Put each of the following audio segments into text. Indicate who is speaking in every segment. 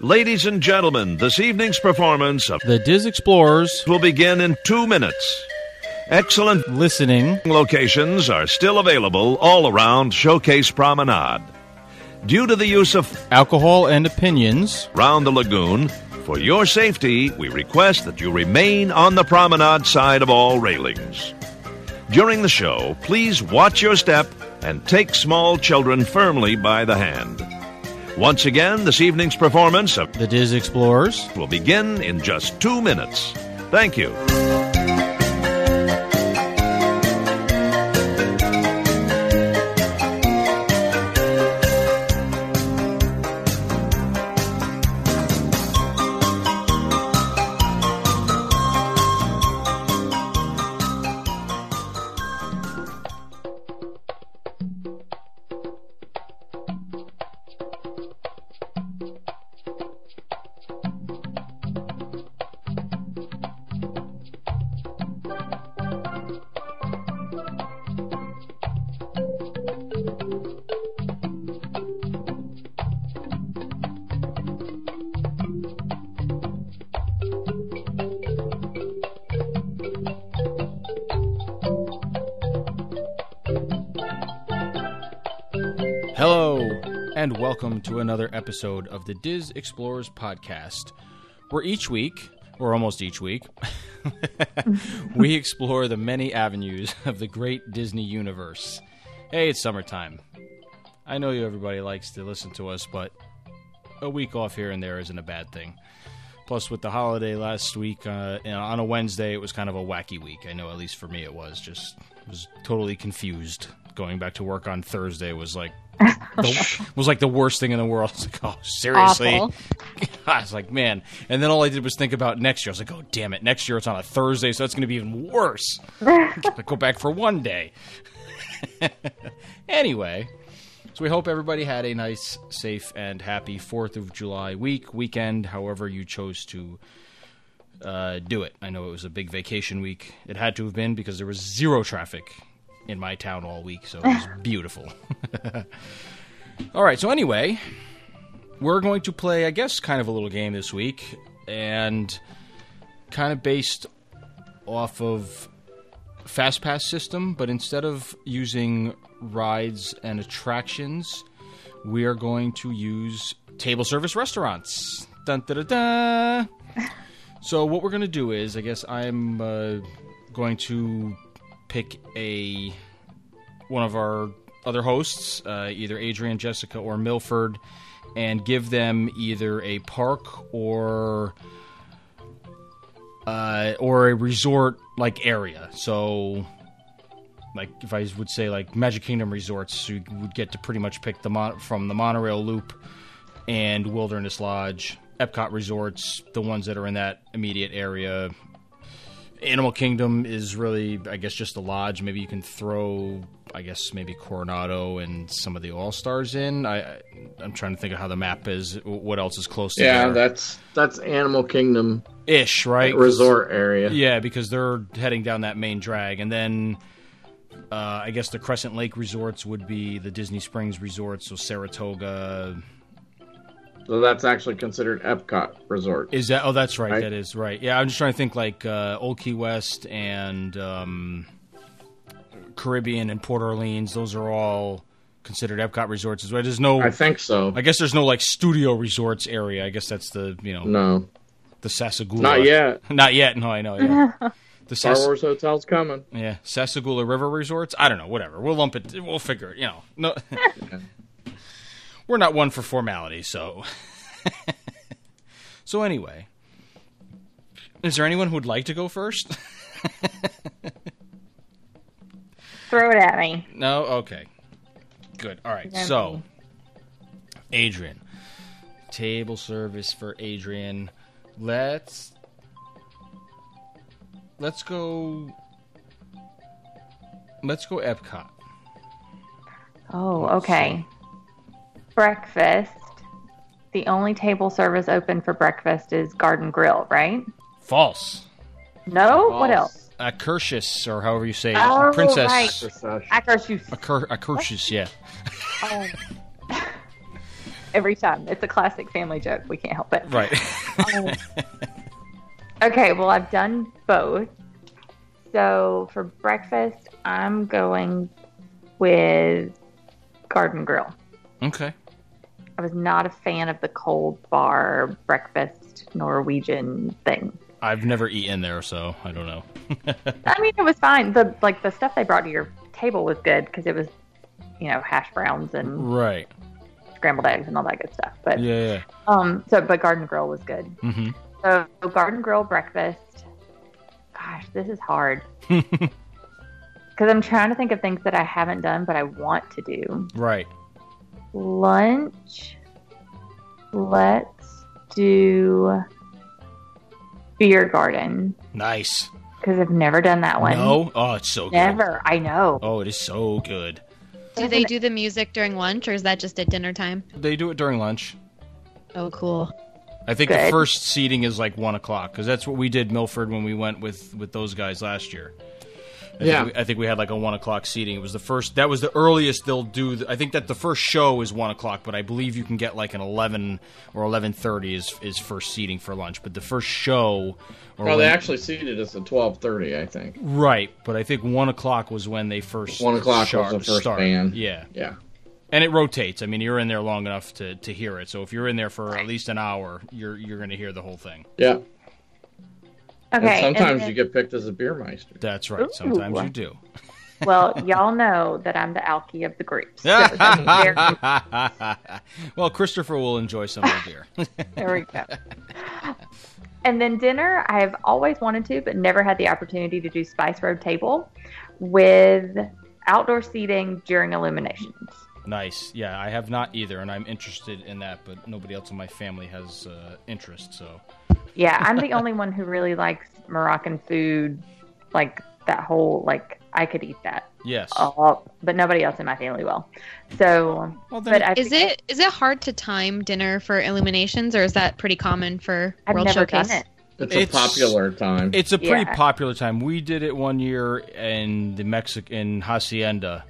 Speaker 1: Ladies and gentlemen, this evening's performance of
Speaker 2: The Diz Explorers
Speaker 1: will begin in two minutes. Excellent
Speaker 2: listening.
Speaker 1: locations are still available all around Showcase Promenade. Due to the use of
Speaker 2: Alcohol and opinions.
Speaker 1: Round the Lagoon, for your safety, we request that you remain on the promenade side of all railings. During the show, please watch your step and take small children firmly by the hand. Once again, this evening's performance of
Speaker 2: The Diz Explorers.
Speaker 1: will begin in just two minutes. Thank you.
Speaker 2: Hello, and welcome to another episode of the Diz Explorers podcast, where each week, or almost each week, we explore the many avenues of the great Disney universe. Hey, it's summertime. I know you everybody likes to listen to us, but a week off here and there isn't a bad thing. Plus, with the holiday last week uh, and on a Wednesday, it was kind of a wacky week. I know, at least for me, it was. Just was totally confused. Going back to work on Thursday was like the, was like the worst thing in the world. I was like, oh, seriously?
Speaker 3: Awful.
Speaker 2: I was like, man. And then all I did was think about next year. I was like, oh, damn it. Next year it's on a Thursday, so that's going to be even worse. I go back for one day. anyway, so we hope everybody had a nice, safe, and happy 4th of July week, weekend, however you chose to uh, do it. I know it was a big vacation week. It had to have been because there was zero traffic in my town all week, so it was beautiful. all right, so anyway, we're going to play, I guess, kind of a little game this week, and kind of based off of fast pass system, but instead of using rides and attractions, we are going to use table service restaurants. Dun, da, da, da. so what we're going to do is, I guess I'm uh, going to pick a one of our other hosts, uh, either Adrian, Jessica, or Milford, and give them either a park or uh, or a resort like area. So, like if I would say like Magic Kingdom resorts, you would get to pretty much pick the mon- from the monorail loop and Wilderness Lodge, Epcot resorts, the ones that are in that immediate area. Animal Kingdom is really, I guess, just the lodge. Maybe you can throw, I guess, maybe Coronado and some of the All Stars in. I, I, I'm trying to think of how the map is. What else is close to
Speaker 4: Yeah,
Speaker 2: there?
Speaker 4: that's that's Animal Kingdom
Speaker 2: ish, right?
Speaker 4: resort area.
Speaker 2: Yeah, because they're heading down that main drag, and then uh, I guess the Crescent Lake resorts would be the Disney Springs resorts, so Saratoga.
Speaker 4: So that's actually considered Epcot Resort.
Speaker 2: Is that? Oh, that's right.
Speaker 4: Right.
Speaker 2: That is right. Yeah, I'm just trying to think like uh, Old Key West and um, Caribbean and Port Orleans. Those are all considered Epcot resorts as well. There's no.
Speaker 4: I
Speaker 2: I,
Speaker 4: think so.
Speaker 2: guess there's no like studio resorts area. I guess that's the you know
Speaker 4: no,
Speaker 2: the Sasagula.
Speaker 4: not yet.
Speaker 2: Not yet. No, I know. Yeah. The
Speaker 4: Star
Speaker 2: Sas-
Speaker 4: Wars Hotel's coming.
Speaker 2: Yeah, Sasagula River Resorts. I don't know. Whatever. We'll lump it. We'll figure it. You know, no, we're not one for formality. So, so anyway, is there anyone who would like to go first?
Speaker 3: Throw it at me.
Speaker 2: no. Okay. Good. All right.
Speaker 3: Yeah.
Speaker 2: So, Adrian, table service for Adrian. Let's let's go. Let's go Epcot.
Speaker 3: Oh, okay. Breakfast. The only table service open for breakfast is Garden Grill, right?
Speaker 2: False.
Speaker 3: No? Oh,
Speaker 4: Oh,
Speaker 3: What else?
Speaker 2: a Curtius, or however you say it,
Speaker 3: Oh,
Speaker 2: princess.
Speaker 3: right.
Speaker 4: Recession.
Speaker 3: Acro juice.
Speaker 2: A, cur- a Curtius, yeah.
Speaker 3: Oh. every time. It's a classic family joke. We can't help it. Um,
Speaker 2: Right.
Speaker 3: Okay, well, I've done both. So for breakfast, I'm going with Garden Grill.
Speaker 2: okay.
Speaker 3: I was not a fan of the cold bar breakfast Norwegian thing.
Speaker 2: I've never eaten there, so I don't know.
Speaker 3: I mean, it was fine. The like the stuff they brought to your table was good because it was, you know, hash browns and
Speaker 2: Right.
Speaker 3: scrambled eggs and all that good stuff. But
Speaker 2: Yeah.
Speaker 3: um, so but Garden Grill was good.
Speaker 2: Mm-hmm.
Speaker 3: So Garden Grill breakfast. Gosh, this is hard because I'm trying to think of things that I haven't done but I want to do.
Speaker 2: right.
Speaker 3: Lunch. Let's do beer garden
Speaker 2: Nice.
Speaker 3: because I've never done that one.
Speaker 2: No. Oh, it's so good.
Speaker 3: Never. I know.
Speaker 2: Oh, it is so good.
Speaker 5: Do they do the music during lunch, or is that just at dinner time?
Speaker 2: They do it during lunch.
Speaker 5: Oh, cool.
Speaker 2: I think the
Speaker 3: Good.
Speaker 2: first seating is like one o'clock because that's what we did Milford when we went with with those guys last year. I
Speaker 4: Yeah.
Speaker 2: think we, I think we had like a one o'clock seating. It was the first. That was the earliest they'll do. The, I think that the first show is one o'clock, but I believe you can get like an eleven or eleven thirty is is first seating for lunch. But the first show, or
Speaker 4: No, they
Speaker 2: when-
Speaker 4: actually seated us at twelve thirty, I think.
Speaker 2: right? But I think one o'clock was when they first
Speaker 4: 1 o'clock
Speaker 2: shar-
Speaker 4: was the first
Speaker 2: start.
Speaker 4: band.
Speaker 2: Yeah,
Speaker 4: Yeah.
Speaker 2: and it rotates. I mean, you're in there long enough to to hear it. So if you're in there for at least an hour, you're you're going to hear the whole thing.
Speaker 4: Yeah.
Speaker 3: Okay.
Speaker 4: and
Speaker 3: and
Speaker 4: sometimes
Speaker 3: then-
Speaker 4: you get picked as a beer meister.
Speaker 2: That's right. Sometimes you do.
Speaker 3: well, y'all know that I'm the alky of the group. So that's very-
Speaker 2: well, Christopher will enjoy some of the beer.
Speaker 3: there we go. And then dinner, I've always wanted to, but never had the opportunity to do Spice Road table with outdoor seating during illuminations.
Speaker 2: nice. Yeah, I have not either, and I'm interested in that, but nobody else in my family has uh, interest. So
Speaker 3: Yeah, I'm the only one who really likes Moroccan food, like that whole like I could eat that,
Speaker 2: yes.
Speaker 3: all, but nobody else in my family will. So,
Speaker 2: Well, then
Speaker 3: but I
Speaker 5: Is
Speaker 3: think
Speaker 5: it is it hard to time dinner for illuminations, or is that pretty common for
Speaker 3: I've
Speaker 5: World
Speaker 3: never
Speaker 5: Showcase?
Speaker 3: done it.
Speaker 4: It's a
Speaker 2: It's-
Speaker 4: popular time.
Speaker 2: It's a pretty
Speaker 3: Yeah.
Speaker 2: popular time. We did it one year in the Mexican hacienda,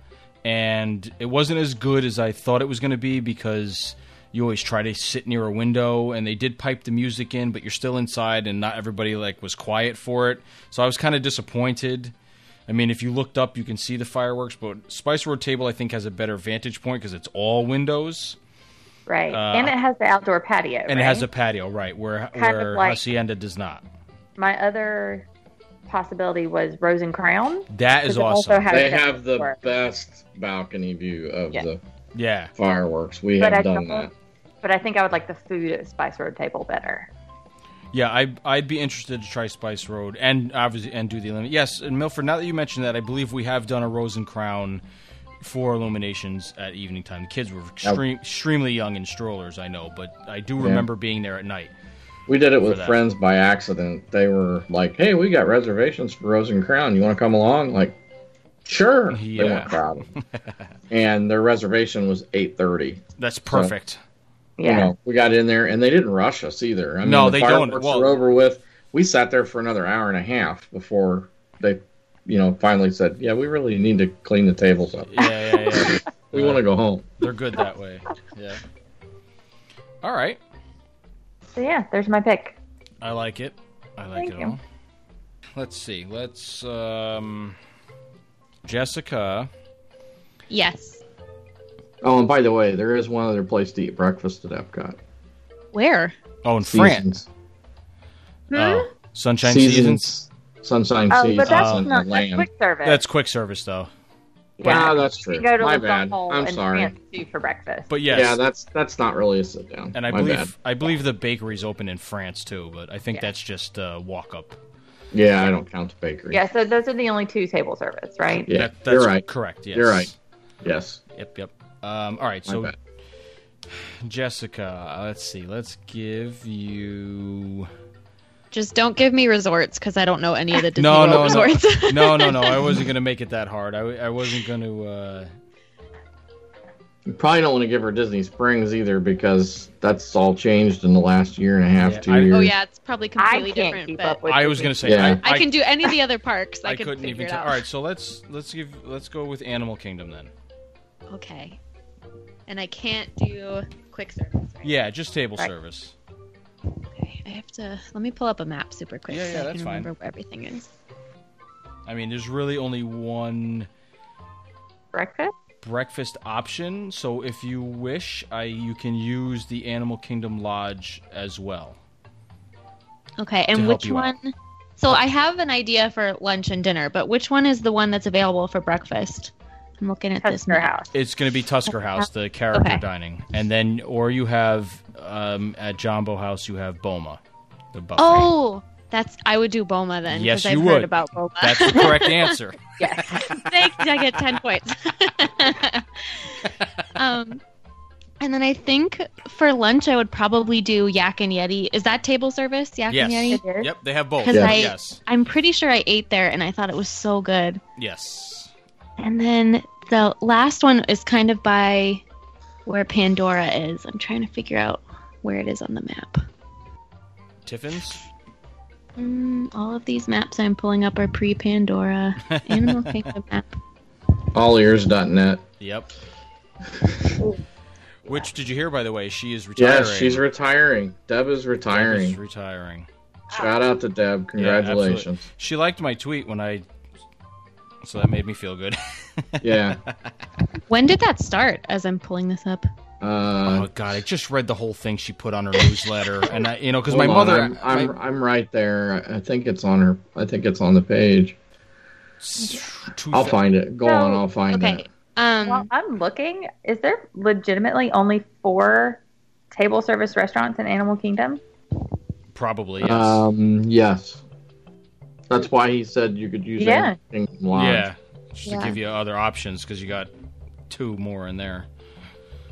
Speaker 2: and it wasn't as good as I thought it was going to be because you always try to sit near a window, and they did pipe the music in, but you're still inside, and not everybody like was quiet for it. So I was kind of disappointed. I mean, if you looked up, you can see the fireworks, but Spice Road Table I think has a better vantage point because it's all windows
Speaker 3: Right, and it has the outdoor patio.
Speaker 2: Uh, and it has
Speaker 3: right?
Speaker 2: a patio, right? Where
Speaker 3: Kind of
Speaker 2: where
Speaker 3: like-
Speaker 2: hacienda does not.
Speaker 3: my other possibility was Rose and Crown.
Speaker 2: That is
Speaker 3: Because it also
Speaker 2: awesome.
Speaker 3: has
Speaker 4: they
Speaker 3: that
Speaker 4: have the
Speaker 3: before.
Speaker 4: best balcony view of
Speaker 3: Yeah.
Speaker 4: the
Speaker 2: yeah.
Speaker 4: fireworks. We
Speaker 3: But
Speaker 4: have
Speaker 3: I
Speaker 4: done
Speaker 3: don't-
Speaker 4: that.
Speaker 3: But I think I would like the food at Spice Road Table better.
Speaker 2: Yeah, I, I'd be interested to try Spice Road and obviously and do the Illumination. Yes, and Milford. Now that you mentioned that, I believe we have done a Rose and Crown for Illuminations at evening time. The kids were extreme, extremely young in strollers, I know, but I do remember being there at night.
Speaker 4: We did it with
Speaker 2: that.
Speaker 4: friends by accident. They were like, "Hey, we got reservations for Rose and Crown. You want to come along?" Like, sure. They
Speaker 2: Yeah.
Speaker 4: weren't crowded, and their reservation was eight thirty.
Speaker 2: That's perfect.
Speaker 3: Yeah,
Speaker 4: You know, we got in there, and they didn't rush us either. I mean,
Speaker 2: No,
Speaker 4: the
Speaker 2: they don't.
Speaker 4: fireworks
Speaker 2: Well-
Speaker 4: were over with. We sat there for another hour and a half before they, you know, finally said, "Yeah, we really need to clean the tables up.
Speaker 2: Yeah, yeah, yeah.
Speaker 4: We want to go home."
Speaker 2: They're good that way. Yeah. All right,
Speaker 3: so yeah, there's my pick.
Speaker 2: I like it. I like
Speaker 3: Thank
Speaker 2: it
Speaker 3: you.
Speaker 2: all. Let's see. Let's um, Jessica.
Speaker 5: Yes.
Speaker 4: Oh, and by the way, there is one other place to eat breakfast at Epcot.
Speaker 5: Where?
Speaker 2: Oh, in France.
Speaker 4: Seasons.
Speaker 3: Hmm?
Speaker 2: Oh, Sunshine Seasons.
Speaker 4: Seasons. Sunshine
Speaker 3: Oh,
Speaker 4: Seasons
Speaker 3: but that's
Speaker 4: and
Speaker 3: not that's
Speaker 4: Lamb.
Speaker 3: quick service.
Speaker 2: That's quick service though.
Speaker 4: Yeah,
Speaker 3: yeah.
Speaker 4: Ah, that's
Speaker 3: You
Speaker 4: true.
Speaker 3: can go to
Speaker 4: My
Speaker 3: Le
Speaker 4: bad.
Speaker 3: Hall
Speaker 4: I'm
Speaker 3: and
Speaker 4: sorry.
Speaker 3: France too for breakfast.
Speaker 2: But yes,
Speaker 4: Yeah, that's that's not really a sit down.
Speaker 2: and I
Speaker 4: My
Speaker 2: believe
Speaker 4: bad.
Speaker 2: I believe the bakery's open in France too, but I think
Speaker 3: Yeah.
Speaker 2: that's just uh, walk up.
Speaker 4: Yeah, I don't count the bakery.
Speaker 3: yeah, so those are the only two table service, right?
Speaker 4: Yeah,
Speaker 2: that's
Speaker 4: you're right.
Speaker 2: Correct. Yes.
Speaker 4: You're right. Yes.
Speaker 2: Yep. Yep. Um, all right.
Speaker 4: My
Speaker 2: So
Speaker 4: bad.
Speaker 2: Jessica, uh, let's see. Let's give you.
Speaker 5: Just don't give me resorts because I don't know any of the Disney
Speaker 2: No,
Speaker 5: World
Speaker 2: no,
Speaker 5: resorts.
Speaker 2: no, no, no, no. I wasn't gonna make it that hard. I, I wasn't gonna. Uh...
Speaker 4: You probably don't want to give her Disney Springs either because that's all changed in the last year and a half,
Speaker 2: Yeah,
Speaker 4: two
Speaker 2: I-
Speaker 4: years.
Speaker 5: oh yeah, it's probably
Speaker 3: I
Speaker 5: completely
Speaker 3: can't
Speaker 5: different.
Speaker 3: keep
Speaker 5: but
Speaker 3: up with.
Speaker 2: I was
Speaker 3: Disney.
Speaker 2: gonna say.
Speaker 4: Yeah.
Speaker 5: I can do any of the other parks. I,
Speaker 2: I
Speaker 5: could
Speaker 2: couldn't
Speaker 5: figure
Speaker 2: even.
Speaker 5: It
Speaker 2: tell
Speaker 5: out.
Speaker 2: all right. So let's let's give let's go with Animal Kingdom then.
Speaker 5: Okay. and I can't do quick service. Right?
Speaker 2: Yeah, just table
Speaker 3: Right.
Speaker 2: service.
Speaker 5: Okay, I have to. Let me pull up a map super quick.
Speaker 2: Yeah,
Speaker 5: so
Speaker 2: yeah,
Speaker 5: I
Speaker 2: that's
Speaker 5: can
Speaker 2: fine.
Speaker 5: Remember where everything is.
Speaker 2: I mean, there's really only one
Speaker 3: Breakfast?
Speaker 2: breakfast option, so if you wish, I you can use the Animal Kingdom Lodge as well.
Speaker 5: Okay,
Speaker 2: To
Speaker 5: and
Speaker 2: help
Speaker 5: which
Speaker 2: you out.
Speaker 5: one? So I have an idea for lunch and dinner, but which one is the one that's available for breakfast? I'm looking at this
Speaker 3: Customer
Speaker 5: map.
Speaker 3: house.
Speaker 2: It's going to be Tusker House, the character
Speaker 5: Okay.
Speaker 2: dining, and then or you have um, at Jumbo House you have Boma, the buffet.
Speaker 5: Oh, that's I would do Boma then. 'cause
Speaker 2: Yes,
Speaker 5: I've
Speaker 2: you
Speaker 5: heard
Speaker 2: would.
Speaker 5: about Boma.
Speaker 2: that's the correct answer.
Speaker 5: Thank you. I get ten points. um, and then I think for lunch I would probably do Yak and Yeti. Is that table service? Yak
Speaker 2: Yes.
Speaker 5: and
Speaker 3: It
Speaker 5: Yeti.
Speaker 3: is.
Speaker 2: Yep, they have both.
Speaker 5: Because
Speaker 4: Yeah.
Speaker 5: I,
Speaker 2: Yes,
Speaker 5: I'm pretty sure I ate there and I thought it was so good.
Speaker 2: yes.
Speaker 5: And then the last one is kind of by where Pandora is. I'm trying to figure out where it is on the map.
Speaker 2: Tiffins.
Speaker 5: Mm, all of these maps I'm pulling up are pre-Pandora Animal Kingdom map.
Speaker 4: Allears.net.
Speaker 2: Yep. Which did you hear? By the way, she is retiring.
Speaker 4: Yes, she's retiring. Deb
Speaker 2: Deb
Speaker 4: is
Speaker 2: is
Speaker 4: retiring.
Speaker 2: retiring.
Speaker 4: Shout out to Deb.
Speaker 2: Yeah, absolutely.
Speaker 4: Congratulations.
Speaker 2: she liked my tweet when I, so that made me feel
Speaker 4: Uh,
Speaker 2: good.
Speaker 4: Yeah.
Speaker 5: When did that start? As I'm pulling this up.
Speaker 4: Uh,
Speaker 2: oh God, I just read the whole thing she put on her newsletter, and I, you know, because my
Speaker 4: hold on,
Speaker 2: mother,
Speaker 4: I'm, I'm, I'm right there. I I think it's on her. I think it's on the page. I'll find it. Go
Speaker 3: No.
Speaker 4: on. I'll find
Speaker 5: Okay.
Speaker 4: it.
Speaker 5: Um,
Speaker 3: While I'm looking, is there legitimately only four table service restaurants in Animal Kingdom?
Speaker 2: probably yes.
Speaker 4: Um. Yes. That's why he said you could use
Speaker 3: Yeah.
Speaker 4: anything live.
Speaker 2: yeah, just
Speaker 5: Yeah.
Speaker 2: to give you other options because you got two more in there.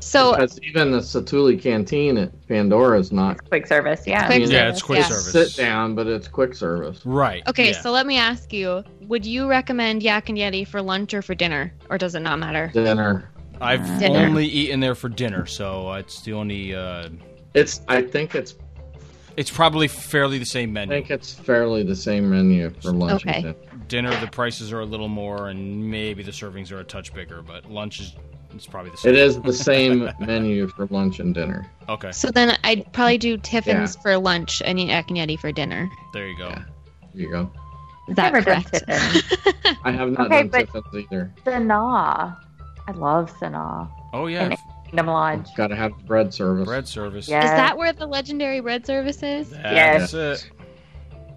Speaker 5: so
Speaker 4: Because even the Satuli Canteen at Pandora is not
Speaker 3: Quick service, yeah.
Speaker 5: Quick
Speaker 2: Yeah, it's
Speaker 5: service,
Speaker 2: quick
Speaker 5: yeah.
Speaker 2: service.
Speaker 4: sit down, but it's quick service.
Speaker 2: Right.
Speaker 5: okay,
Speaker 2: yeah.
Speaker 5: so let me ask you: Would you recommend Yak and Yeti for lunch or for dinner, or does it not matter?
Speaker 4: Dinner.
Speaker 2: I've
Speaker 5: Dinner.
Speaker 2: only eaten there for dinner, so it's the only. Uh,
Speaker 4: It's. I think it's.
Speaker 2: it's probably fairly the same
Speaker 4: I
Speaker 2: menu.
Speaker 4: think it's fairly the same menu for lunch. and
Speaker 5: Okay.
Speaker 4: dinner.
Speaker 2: Dinner, the prices are a little more, and maybe the servings are a touch bigger, but lunch is it's probably the same.
Speaker 4: It is the same menu for lunch and dinner.
Speaker 2: Okay,
Speaker 5: So then I'd probably do Tiffin's for lunch and Yak and Yeti for dinner.
Speaker 2: there you go.
Speaker 4: Yeah. There you go.
Speaker 5: Is that
Speaker 3: Never done
Speaker 5: correct?
Speaker 3: Tiffin.
Speaker 4: I have not
Speaker 3: Okay,
Speaker 4: done
Speaker 3: but-
Speaker 4: Tiffin's either.
Speaker 3: Sanaa. I love Sanaa.
Speaker 2: Oh yeah,
Speaker 3: And- Kingdom Lodge.
Speaker 4: Got to have bread service.
Speaker 2: bread service.
Speaker 3: Yeah.
Speaker 5: Is that where the legendary bread service is?
Speaker 2: That's it.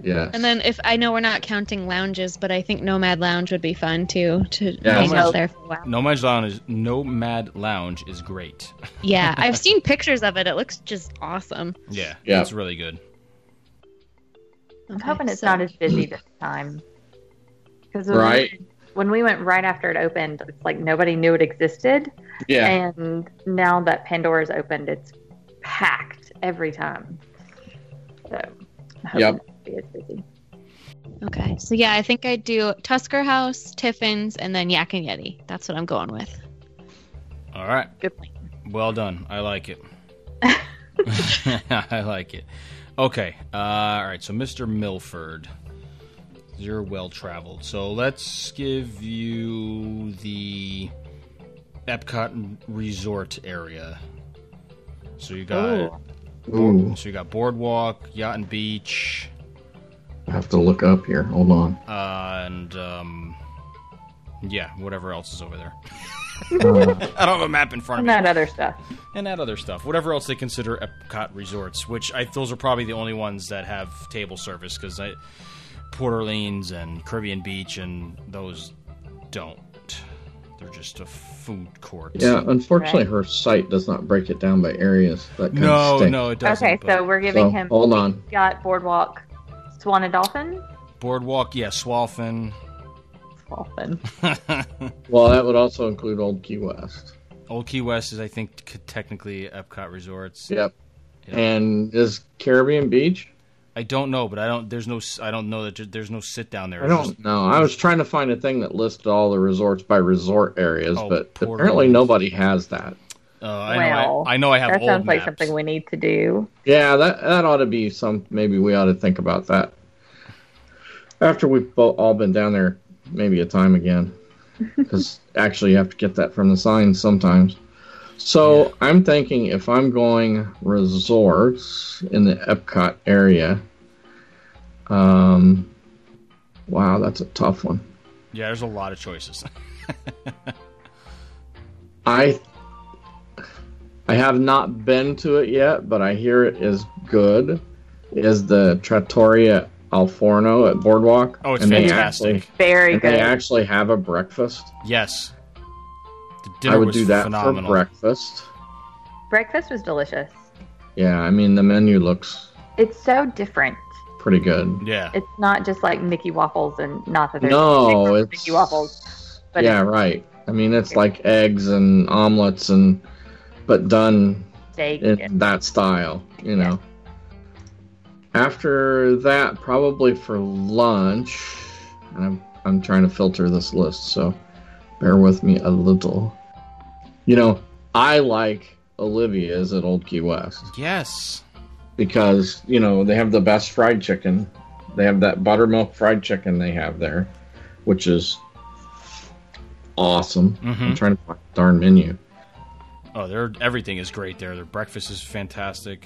Speaker 4: Yeah.
Speaker 5: And then if I know we're not counting lounges, but I think Nomad Lounge would be fun too to
Speaker 4: Yeah.
Speaker 5: hang
Speaker 2: Nomad-
Speaker 5: out there for a while.
Speaker 2: Nomad's Lounge is Nomad Lounge is great.
Speaker 5: Yeah, I've seen pictures of it. It looks just awesome.
Speaker 2: Yeah,
Speaker 4: Yeah.
Speaker 2: it's really good.
Speaker 3: I'm
Speaker 5: Okay,
Speaker 3: hoping it's
Speaker 5: so-
Speaker 3: not as busy this time. Because when,
Speaker 4: Right.
Speaker 3: we, when we went right after it opened, it's like nobody knew it existed.
Speaker 4: yeah.
Speaker 3: And now that Pandora's opened, it's packed every time. So, I hope
Speaker 4: Yep.
Speaker 3: it'll be as busy.
Speaker 5: Okay, so yeah, I think I'd do Tusker House, Tiffin's, and then Yak and Yeti. That's what I'm going with.
Speaker 2: All right,
Speaker 3: Good point.
Speaker 2: well done. I like it. I like it. Okay. Uh, all right. So, Mr. Milford, you're well traveled. So let's give you the Epcot Resort area. So you got
Speaker 3: Ooh.
Speaker 4: Ooh.
Speaker 2: so you got Boardwalk, Yacht and Beach,
Speaker 4: I have to look up here. Hold on.
Speaker 2: uh, and um, yeah, whatever else is over there.
Speaker 4: Uh,
Speaker 2: I don't have a map in front of
Speaker 3: And
Speaker 2: me.
Speaker 3: that other stuff.
Speaker 2: and that other stuff, whatever else they consider Epcot resorts, which I, those are probably the only ones that have table service because Port Orleans and Caribbean Beach and those don't. They're just a food court.
Speaker 4: yeah. Unfortunately,
Speaker 3: Right.
Speaker 4: her site does not break it down by areas. That kind of
Speaker 2: No,
Speaker 4: stinks.
Speaker 2: no, it doesn't.
Speaker 3: okay,
Speaker 2: but
Speaker 3: so we're giving
Speaker 4: So,
Speaker 3: him
Speaker 4: Hold on.
Speaker 3: got Boardwalk, Swan and Dolphin.
Speaker 2: boardwalk, yeah, Swaffin,
Speaker 3: Dolphin.
Speaker 4: Well, that would also include Old Key West.
Speaker 2: Old Key West is I think c- technically Epcot resorts.
Speaker 4: Yep.
Speaker 2: Yeah.
Speaker 4: And is Caribbean Beach?
Speaker 2: I don't know, but I don't. There's no. s- I don't know that there- there's no sit down there.
Speaker 4: I
Speaker 2: It's just-
Speaker 4: don't know. I was trying to find a thing that listed all the resorts by resort areas,
Speaker 2: Oh,
Speaker 4: but
Speaker 2: Port
Speaker 4: apparently
Speaker 2: Orleans.
Speaker 4: nobody has that.
Speaker 2: Uh, I, know
Speaker 3: Well,
Speaker 2: I, I know. I have
Speaker 3: That
Speaker 2: old
Speaker 3: sounds like
Speaker 2: maps.
Speaker 3: something we need to do.
Speaker 4: Yeah, that that ought to be some. Maybe we ought to think about that after we've bo- all been down there, maybe a time again. Because actually, you have to get that from the signs sometimes. So I'm thinking if I'm going resorts in the Epcot area, um, wow, that's a tough one.
Speaker 2: Yeah, there's a lot of choices.
Speaker 4: I I have not been to it yet, but I hear it is good. Is the Trattoria Al Forno at Boardwalk?
Speaker 2: Oh, it's
Speaker 4: And they
Speaker 2: fantastic.
Speaker 4: actually-
Speaker 3: Very
Speaker 4: and
Speaker 3: good.
Speaker 4: they actually have a breakfast.
Speaker 2: yes. The dinner
Speaker 4: I would
Speaker 2: was
Speaker 4: do that
Speaker 2: phenomenal.
Speaker 4: for breakfast.
Speaker 3: Breakfast was delicious.
Speaker 4: Yeah, I mean the menu looks
Speaker 3: It's so different.
Speaker 4: pretty good.
Speaker 2: yeah.
Speaker 3: It's not just like Mickey waffles and not that there's
Speaker 4: No,
Speaker 3: different
Speaker 4: it's
Speaker 3: Mickey waffles. but
Speaker 4: yeah, right. I mean it's like eggs and omelets and but done
Speaker 3: Steak
Speaker 4: in
Speaker 3: and
Speaker 4: that style, you know. After that, probably for lunch, and I'm, I'm trying to filter this list, so bear with me a little. You know, I like Olivia's at Old Key West
Speaker 2: Yes.
Speaker 4: because, you know, they have the best fried chicken. They have that buttermilk fried chicken they have there, which is awesome.
Speaker 2: hmm
Speaker 4: I'm trying to find the darn menu.
Speaker 2: Oh, their everything is great there. Their breakfast is fantastic.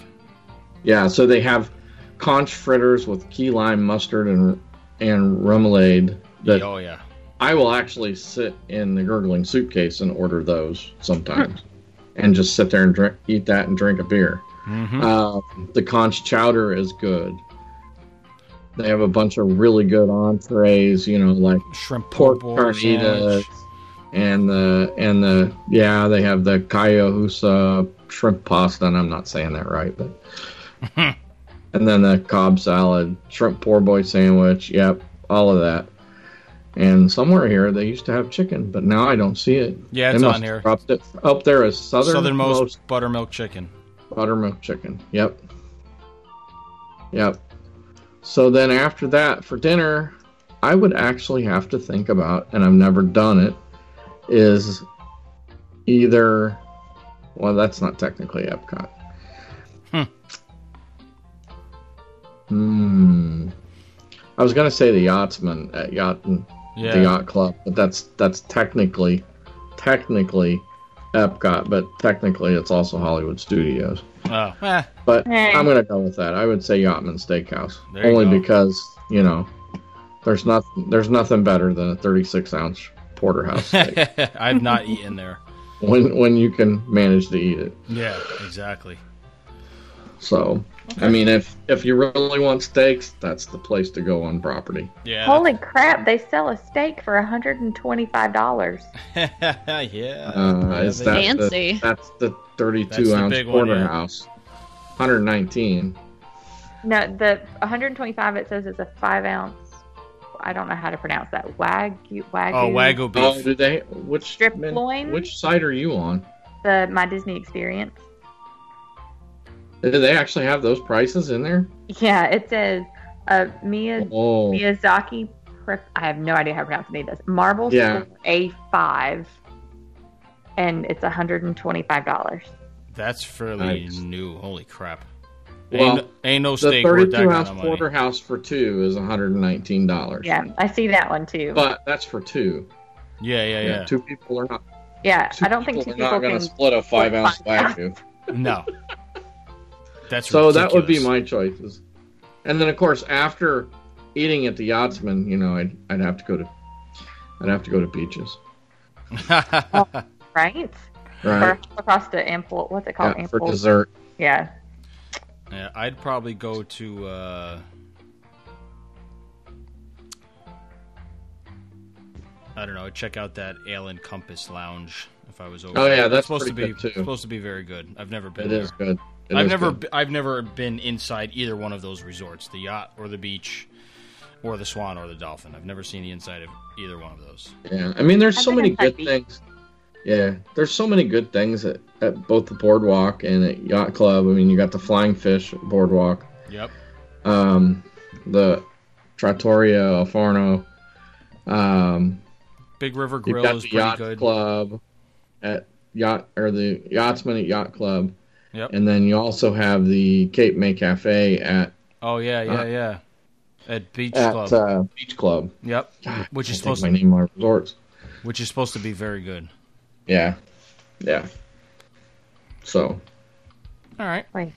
Speaker 4: Yeah, so they have conch fritters with key lime mustard and and remoulade that
Speaker 2: oh yeah.
Speaker 4: I will actually sit in the gurgling suitcase and order those sometimes, and just sit there and drink, eat that and drink a beer.
Speaker 2: hmm
Speaker 4: Uh, the conch chowder is good. They have a bunch of really good entrees, you know, like
Speaker 2: Shrimp
Speaker 4: pork
Speaker 2: bowl
Speaker 4: carnitas
Speaker 2: sandwich.
Speaker 4: and the and the yeah they have the cayahusa shrimp pasta and i'm not saying that right but and then the cob salad shrimp poor boy sandwich yep all of that and somewhere here they used to have chicken but now i don't see it
Speaker 2: Yeah,
Speaker 4: They
Speaker 2: it's
Speaker 4: must
Speaker 2: on
Speaker 4: have
Speaker 2: there.
Speaker 4: dropped it up there is southern
Speaker 2: Southernmost
Speaker 4: southernmost
Speaker 2: buttermilk chicken.
Speaker 4: buttermilk chicken yep yep so then after that for dinner i would actually have to think about and i've never done it is either well that's not technically epcot
Speaker 2: Hmm.
Speaker 4: Hmm. i was going to say the yachtsman at yacht
Speaker 2: Yeah.
Speaker 4: the yacht club but that's that's technically technically epcot but technically it's also hollywood studios
Speaker 2: Oh, eh,
Speaker 4: but
Speaker 3: Eh.
Speaker 4: I'm gonna go with that. I would say Yachtman Steakhouse,
Speaker 2: There you
Speaker 4: only
Speaker 2: go.
Speaker 4: because you know there's nothing there's nothing better than a 36 ounce porterhouse steak
Speaker 2: I've not eaten there.
Speaker 4: when when you can manage to eat it.
Speaker 2: Yeah, exactly.
Speaker 4: So, I mean, if if you really want steaks, that's the place to go on property.
Speaker 2: Yeah.
Speaker 3: Holy crap, they sell a steak for $125.
Speaker 2: yeah. yeah,
Speaker 4: Uh, is
Speaker 2: they-
Speaker 4: that the-
Speaker 5: Fancy.
Speaker 4: that's the 32
Speaker 2: That's the
Speaker 4: ounce
Speaker 2: big one, yeah.
Speaker 4: porterhouse, 119.
Speaker 3: No, the 125 it says is a 5 ounce. I don't know how to pronounce that. Wagyu. Wagyu
Speaker 2: Oh, Wagyu
Speaker 4: Oh,
Speaker 2: beef.
Speaker 4: do they? Which
Speaker 3: Strip loin?
Speaker 4: Which side are you on?
Speaker 3: The My Disney Experience.
Speaker 4: Do they actually have those prices in there?
Speaker 3: Yeah, it says uh, Mia,
Speaker 4: Oh,
Speaker 3: Miyazaki. Prep, I have no idea how to pronounce any of this. Marble
Speaker 4: Yeah.
Speaker 3: A5. And it's $125.
Speaker 2: That's fairly
Speaker 4: Nice.
Speaker 2: new. Holy crap.
Speaker 4: Well,
Speaker 2: ain't, ain't no
Speaker 4: The
Speaker 2: steak worth that
Speaker 4: 32
Speaker 2: kind
Speaker 4: ounce
Speaker 2: of money.
Speaker 4: porterhouse for two is $119.
Speaker 3: Yeah, I see that one too.
Speaker 4: But that's for two.
Speaker 2: Yeah, yeah,
Speaker 4: Yeah,
Speaker 2: yeah.
Speaker 4: Two people are not.
Speaker 3: yeah,
Speaker 4: Two
Speaker 3: I don't think two
Speaker 4: are not
Speaker 3: people
Speaker 4: going
Speaker 3: can.
Speaker 4: to split a five ounce
Speaker 3: five.
Speaker 4: wagyu.
Speaker 2: No. That's
Speaker 4: So that would be
Speaker 2: ridiculous.
Speaker 4: my choices. And then of course after eating at the Yachtsman, you know, I'd I'd have to go to I'd have to go to beaches.
Speaker 3: Right?
Speaker 4: Right.
Speaker 3: Or across the Ample. What's it called?
Speaker 4: Yeah, for
Speaker 3: Ample.
Speaker 4: dessert.
Speaker 3: Yeah.
Speaker 2: yeah, I'd probably go to. Uh, I don't know. I'd check out that Ale and Compass Lounge if I was over.
Speaker 4: Oh, yeah,
Speaker 2: there. It's
Speaker 4: that's
Speaker 2: supposed to be
Speaker 4: pretty good, too.
Speaker 2: supposed to be very good. I've never been
Speaker 4: It
Speaker 2: there.
Speaker 4: is good. It
Speaker 2: I've
Speaker 4: is
Speaker 2: never
Speaker 4: good.
Speaker 2: be- I've never been inside either one of those resorts, the yacht or the beach, or the swan or the dolphin. I've never seen the inside of either one of those.
Speaker 4: Yeah. I mean there's
Speaker 3: I've
Speaker 4: so
Speaker 3: been
Speaker 4: many
Speaker 3: in that
Speaker 4: good
Speaker 3: beach.
Speaker 4: things. Yeah. There's so many good things at, at both the boardwalk and at Yacht Club. I mean you got the flying fish boardwalk.
Speaker 2: Yep.
Speaker 4: um, the Trattoria Alforno. Um,
Speaker 2: Big River
Speaker 4: you've
Speaker 2: Grill
Speaker 4: got
Speaker 2: is
Speaker 4: the
Speaker 2: pretty
Speaker 4: Yacht
Speaker 2: good.
Speaker 4: Club at yacht or the Yachtsman at Yacht Club,
Speaker 2: Yep.
Speaker 4: and then you also have the Cape May Cafe at
Speaker 2: oh yeah, yeah,
Speaker 4: Uh,
Speaker 2: yeah. At Beach
Speaker 4: at
Speaker 2: Club.
Speaker 4: uh, Beach Club.
Speaker 2: yep.
Speaker 4: God,
Speaker 2: Which
Speaker 4: I
Speaker 2: is
Speaker 4: think
Speaker 2: supposed
Speaker 4: my
Speaker 2: to
Speaker 4: name of my resorts.
Speaker 2: which is supposed to be very good.
Speaker 4: Yeah, yeah. So,
Speaker 2: All right.
Speaker 3: Like,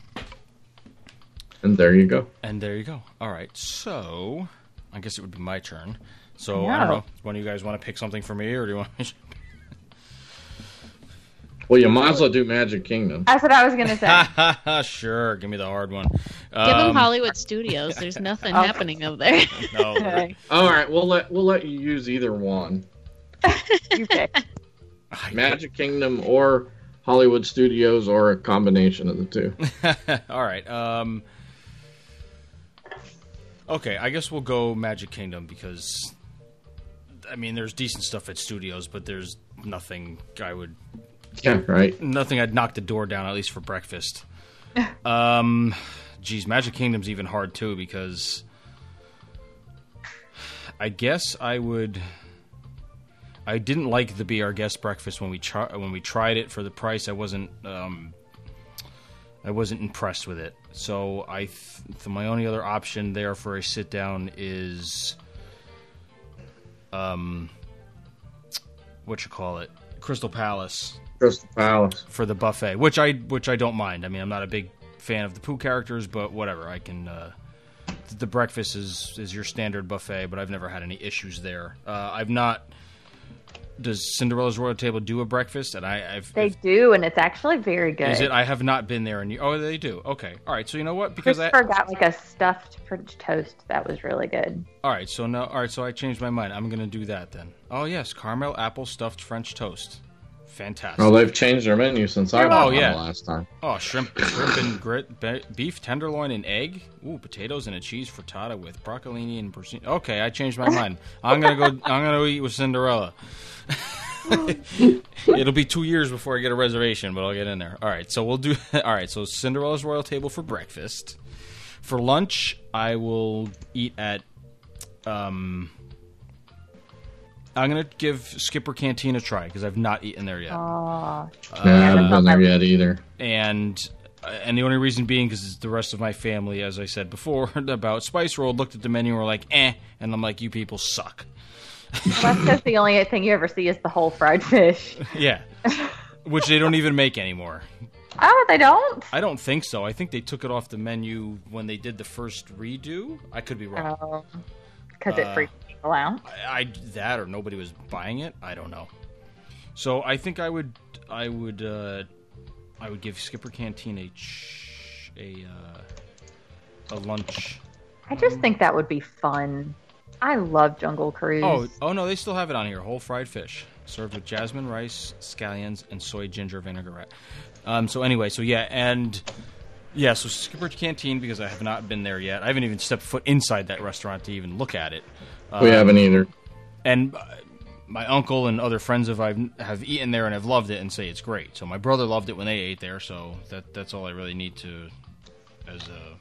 Speaker 4: and there you go.
Speaker 2: And there you go. All right. So, I guess it would be my turn. So, I don't
Speaker 3: No.
Speaker 2: know. One of you guys want to pick something for me, or do you want me
Speaker 4: Well, you might as well do Magic Kingdom.
Speaker 3: that's what I was gonna say.
Speaker 2: to? sure. Give me the hard one. Um,
Speaker 5: Give them Hollywood Studios. There's nothing
Speaker 3: Oh.
Speaker 5: happening over there.
Speaker 2: no,
Speaker 4: All right, we'll let we'll let you use either one,
Speaker 3: You pick.
Speaker 2: I-
Speaker 4: Magic Kingdom or Hollywood Studios or a combination of the two.
Speaker 2: All right. Um, okay, I guess we'll go Magic Kingdom because, I mean, there's decent stuff at studios, but there's nothing I would
Speaker 4: yeah, right.
Speaker 2: nothing I'd knock the door down at least for breakfast. um, geez, Magic Kingdom's even hard too because I guess I would. I didn't like the be our guest breakfast when we char- when we tried it for the price. I wasn't um, I wasn't impressed with it. So I th- th- my only other option there for a sit down is um, what you call it, Crystal Palace
Speaker 4: Crystal Palace.
Speaker 2: for the buffet, which I which I don't mind. I mean, I'm not a big fan of the poo characters, but whatever. I can. Uh, th- the breakfast is is your standard buffet, but I've never had any issues there. Uh, I've not. Does Cinderella's Royal Table do a breakfast? And I, I've
Speaker 3: They do, and it's actually very good.
Speaker 2: is it? I have not been there. And you, oh, they do. Okay, all right. So you know what? Because I
Speaker 3: Christopher got like a stuffed French toast that was really good.
Speaker 2: all right. So no, all right. So I changed my mind. I'm gonna do that then. Oh yes, caramel apple stuffed French toast. Fantastic.
Speaker 4: Oh, they've changed their menu since I
Speaker 2: Oh,
Speaker 4: went
Speaker 2: yeah.
Speaker 4: the last time.
Speaker 2: Oh, shrimp, shrimp and grit, be- beef tenderloin and egg. Ooh, potatoes and a cheese frittata with broccolini and porcini. Okay, I changed my mind. I'm gonna go. I'm gonna go eat with Cinderella. It'll be two years before I get a reservation, but I'll get in there. All right, so we'll do. All right, so Cinderella's royal table for breakfast. For lunch, I will eat at. Um, I'm gonna give Skipper Canteen a try because I've not eaten there yet Um,
Speaker 3: Oh,
Speaker 2: Uh,
Speaker 4: no, I haven't
Speaker 3: yeah.
Speaker 4: been there yet either.
Speaker 2: and and the only reason being because the rest of my family, as I said before about Spice Roll, looked at the menu and were like, "eh," and I'm like, "You people suck."
Speaker 3: that's because the only thing you ever see is the whole fried fish.
Speaker 2: Yeah, which they don't even make anymore.
Speaker 3: Oh, they don't.
Speaker 2: I don't think so. I think they took it off the menu when they did the first redo. I could be wrong.
Speaker 3: Because it
Speaker 2: Uh,
Speaker 3: freaked people out.
Speaker 2: I, I that or nobody was buying it. I don't know. So I think I would I would uh, I would give Skipper Canteen a ch- a uh, a lunch.
Speaker 3: I just think that would be fun. I love Jungle Cruise.
Speaker 2: Oh, oh no, they still have it on here. Whole fried fish served with jasmine rice, scallions, and soy ginger vinaigrette. Um, so anyway, so yeah, and yeah, so Skipper Canteen because I have not been there yet. I haven't even stepped foot inside that restaurant to even look at it. Uh,
Speaker 4: we haven't either.
Speaker 2: and uh, my uncle and other friends of I've have eaten there and have loved it and say it's great. So my brother loved it when they ate there. So that that's all I really need to as a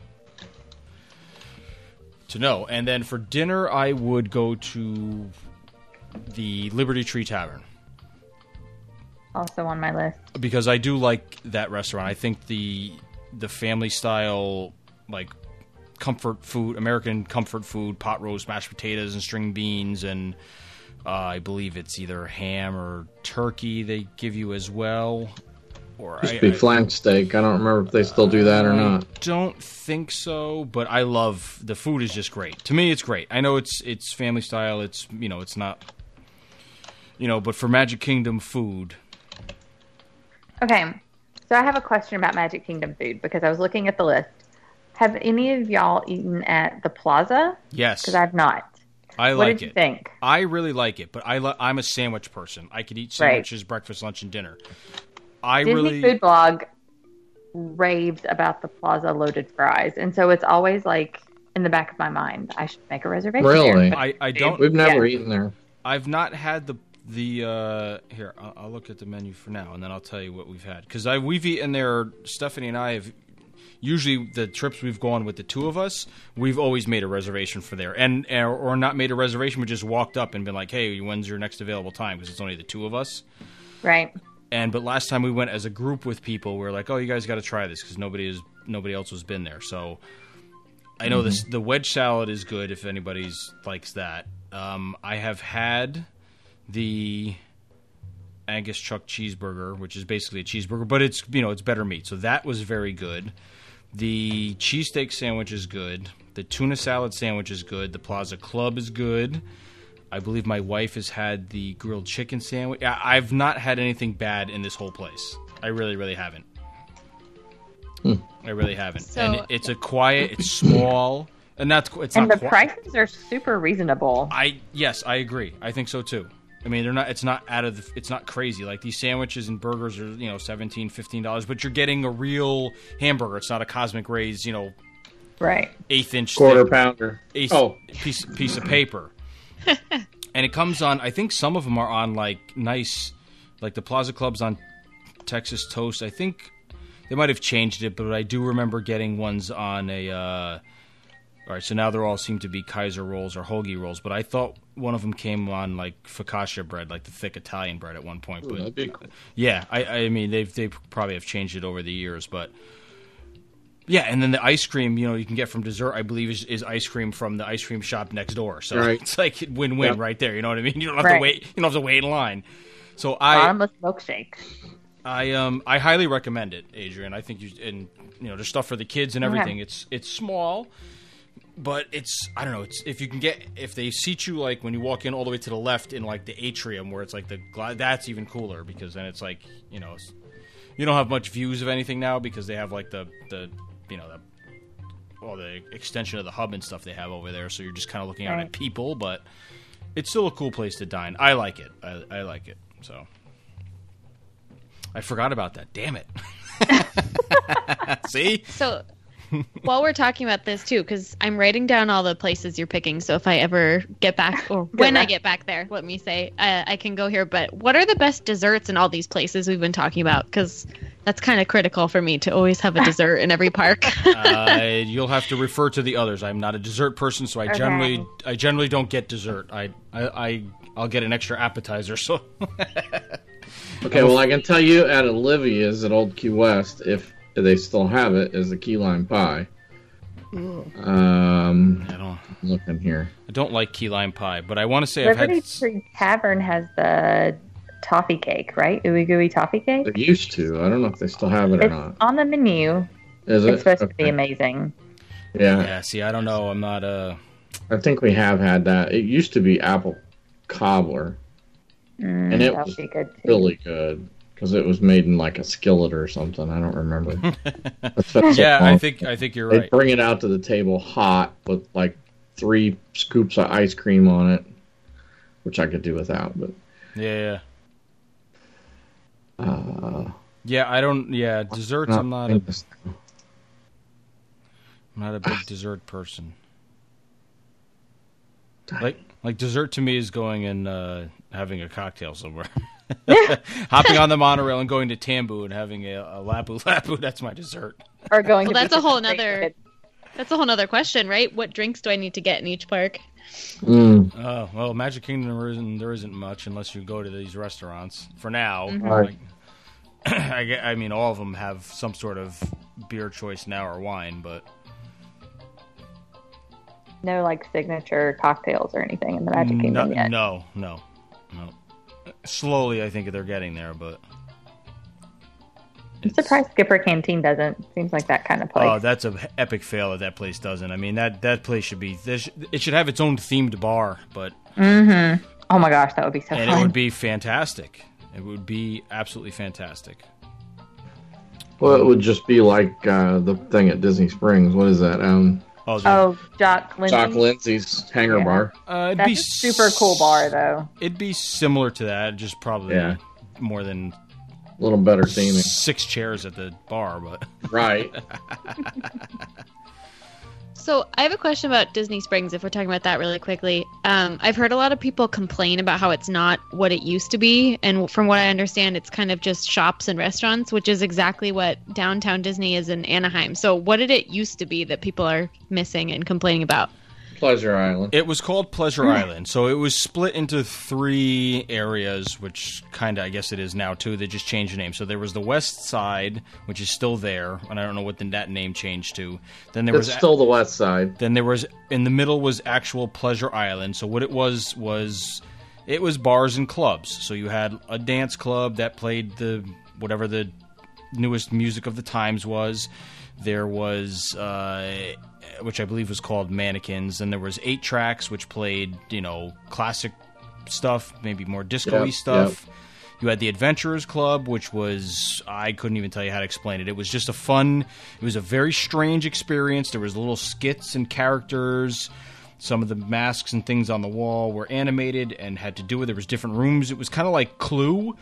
Speaker 2: to know. And then for dinner, I would go to the Liberty Tree Tavern
Speaker 3: Also on my list.
Speaker 2: because I do like that restaurant. I think the the family style like comfort food, American comfort food, pot roast, mashed potatoes, and string beans, and uh, I believe it's either ham or turkey they give you as well. Or
Speaker 4: Used
Speaker 2: I, Uh,
Speaker 4: to be
Speaker 2: I-
Speaker 4: flank steak. I don't remember if they still do that or not.
Speaker 2: don't think so, but I love the food is just great. To me, it's great. I know it's it's family style. It's you know it's not you know, but for Magic Kingdom food,
Speaker 3: Okay, so I have a question about Magic Kingdom food because I was looking at the list. Have any of y'all eaten at the Plaza?
Speaker 2: yes,
Speaker 3: Because I've not.
Speaker 2: I
Speaker 3: what
Speaker 2: like
Speaker 3: did you
Speaker 2: it.
Speaker 3: think?
Speaker 2: I really like it, but I lo- I'm a sandwich person. I could eat sandwiches, breakfast, lunch, and dinner. I
Speaker 3: Disney
Speaker 2: really
Speaker 3: Food Blog raves about the Plaza loaded fries, and so it's always like in the back of my mind. I should make a reservation. there.
Speaker 4: Really?
Speaker 2: I, I don't
Speaker 4: We've never eaten there.
Speaker 2: I've not had the the uh here I'll, I'll look at the menu for now and then I'll tell you what we've had cuz I we've eaten there Stephanie and I have usually the trips we've gone with the two of us we've always made a reservation for there and or, or not made a reservation we just walked up and been like hey when's your next available time because it's only the two of us
Speaker 3: Right.
Speaker 2: and but last time we went as a group with people we are like oh you guys got to try this because nobody is nobody else has been there so i know this the wedge salad is good if anybody's likes that um, i have had the Angus Chuck cheeseburger, which is basically a cheeseburger, but it's you know it's better meat. So that was very good. The cheesesteak sandwich is good. The tuna salad sandwich is good. The Plaza Club is good. I believe my wife has had the grilled chicken sandwich. I- I've not had anything bad in this whole place. I really, really haven't. I really haven't.
Speaker 5: So-
Speaker 2: and it- it's a quiet. It's small. And that's it's
Speaker 3: And
Speaker 2: not
Speaker 3: the
Speaker 2: qui-
Speaker 3: prices are super reasonable.
Speaker 2: I yes, I agree. I think so too. I mean, they're not. It's not out of. The, it's not crazy. Like these sandwiches and burgers are you know 17 dollars, but you're getting a real hamburger. It's not a cosmic rays you know
Speaker 3: Right.
Speaker 2: eighth inch
Speaker 4: Quarter
Speaker 2: thick
Speaker 4: pounder.
Speaker 2: eighth
Speaker 4: Oh,
Speaker 2: piece piece of paper. and it comes on. I think some of them are on like nice, like the Plaza Club's on Texas toast. I think they might have changed it, but I do remember getting ones on a. Uh, all right, so now they're all seem to be Kaiser rolls or hoagie rolls, but I thought one of them came on like focaccia bread, like the thick Italian bread at one point. But
Speaker 4: that'd be cool.
Speaker 2: yeah, I, I mean they've they probably have changed it over the years, but yeah, and then the ice cream you know you can get from dessert I believe is, is ice cream from the ice cream shop next door, so
Speaker 4: Right.
Speaker 2: it's like win win
Speaker 4: Yep.
Speaker 2: right there. You know what I mean? You don't have to
Speaker 3: Right.
Speaker 2: wait. You don't have to wait in line. So I
Speaker 3: Bottomless milkshake.
Speaker 2: I um I highly recommend it, Adrian. I think you and you know there's stuff for the kids and everything. It's it's small. But it's I don't know. It's if you can get if they seat you like when you walk in all the way to the left in like the atrium where it's like the gla- that's even cooler because then it's like you know it's- you don't have much views of anything now because they have like the the you know the all the extension of the hub and stuff they have over there so you're just kind of looking out
Speaker 3: Right.
Speaker 2: at people but it's still a cool place to dine I like it I, I like it so I forgot about that damn it see
Speaker 5: So while we're talking about this too, because I'm writing down all the places you're picking, so if I ever get back or when I
Speaker 3: back.
Speaker 5: get back there, let me say uh, I can go here. But what are the best desserts in all these places we've been talking about? Because that's kind of critical for me to always have a dessert in every park.
Speaker 2: uh, you'll have to refer to the others I'm not a dessert person so I
Speaker 3: Okay.
Speaker 2: generally I generally don't get dessert I I, I I'll get an extra appetizer so
Speaker 4: Okay, well, I can tell you at Olivia's at Old Key West, if they still have it, is the key lime pie.
Speaker 2: Oh.
Speaker 4: Um,
Speaker 2: I don't
Speaker 4: I'm looking here.
Speaker 2: I don't like key lime pie, but I want to say
Speaker 3: Liberty
Speaker 2: I've had.
Speaker 3: Tree Tavern has the toffee cake, right? Ooey gooey toffee cake.
Speaker 4: They used to. I don't know if they still have it or
Speaker 3: It's
Speaker 4: not.
Speaker 3: on the menu.
Speaker 4: Is it?
Speaker 3: It's supposed to be
Speaker 4: Okay.
Speaker 3: amazing.
Speaker 4: Yeah,
Speaker 2: Yeah, see, I don't know. I'm not uh
Speaker 4: I think we have had that. It used to be apple cobbler.
Speaker 3: Mm,
Speaker 4: And it
Speaker 3: that would
Speaker 4: was
Speaker 3: be good too.
Speaker 4: Really good. Because it was made in like a skillet or something. I don't remember. That's been so
Speaker 2: Yeah, I
Speaker 4: long.
Speaker 2: think I think you're
Speaker 4: They
Speaker 2: right.
Speaker 4: bring it out to the table hot with like three scoops of ice cream on it, which I could do without. But
Speaker 2: Yeah, yeah.
Speaker 4: uh,
Speaker 2: Yeah, I don't yeah, desserts I'm not a, I'm
Speaker 4: famous.
Speaker 2: not a big dessert person. Like like dessert to me is going and uh having a cocktail somewhere. Hopping on the monorail and going to Tambu and having a, a lapu lapu, that's my dessert.
Speaker 3: Or going.
Speaker 5: Well,
Speaker 3: to
Speaker 5: that's a whole
Speaker 3: Pacific
Speaker 5: nother-
Speaker 3: Rim.
Speaker 5: that's a whole nother question, right? What drinks do I need to get in each park?
Speaker 4: Mm,
Speaker 2: Oh, well, Magic Kingdom there isn't, there isn't much unless you go to these restaurants for now.
Speaker 3: Mm-hmm.
Speaker 4: Right.
Speaker 2: Like, I, ge- I mean, all of them have some sort of beer choice now or wine, but
Speaker 3: No, like signature cocktails or anything in the Magic
Speaker 2: no,
Speaker 3: Kingdom yet.
Speaker 2: no, no, no. Slowly, I think they're getting there, but
Speaker 3: I'm surprised Skipper Canteen doesn't. Seems like that kind of place.
Speaker 2: oh, that's a epic fail that that place doesn't. I mean, that that place should be this, it should have its own themed bar, but
Speaker 3: mm-hmm. Oh my gosh, that would be so
Speaker 2: and it
Speaker 3: fun.
Speaker 2: would be fantastic. It would be absolutely fantastic.
Speaker 4: well, it would just be like uh, the thing at Disney Springs. What is that? Um,
Speaker 2: Oh, the-
Speaker 3: oh, Jock Lindsay.
Speaker 4: Doc Lindsay's Hangar
Speaker 3: Yeah.
Speaker 4: Bar.
Speaker 2: uh, it'd
Speaker 3: That's
Speaker 2: be
Speaker 3: a super cool bar, though.
Speaker 2: It'd be similar to that, just probably
Speaker 4: Yeah.
Speaker 2: more than
Speaker 4: A little better theming,
Speaker 2: six chairs at the bar. But
Speaker 4: right?
Speaker 5: So I have a question about Disney Springs. If we're talking about that really quickly, um, I've heard a lot of people complain about how it's not what it used to be, and from what I understand, it's kind of just shops and restaurants, which is exactly what downtown Disney is in Anaheim. So what did it used to be that people are missing and complaining about?
Speaker 4: Pleasure Island.
Speaker 2: it was called Pleasure Island, so it was split into three areas, which kind of I guess it is now too. They just changed the name. So there was the West Side, which is still there, and I don't know what the, that name changed to. Then there
Speaker 4: It's
Speaker 2: was a-
Speaker 4: still the West Side.
Speaker 2: Then there was in the middle was actual Pleasure Island. So what it was was It was bars and clubs. So you had a dance club that played the whatever the newest music of the times was. There was, uh, which I believe was called Mannequins. Then there was eight tracks, which played you know classic stuff, maybe more disco-y
Speaker 4: Yep,
Speaker 2: stuff. You had the Adventurers Club, which was I couldn't even tell you how to explain it. It was just a fun. It was a very strange experience. There was little skits and characters. Some of the masks and things on the wall were animated and had to do with. There was different rooms. It was kind of like Clue,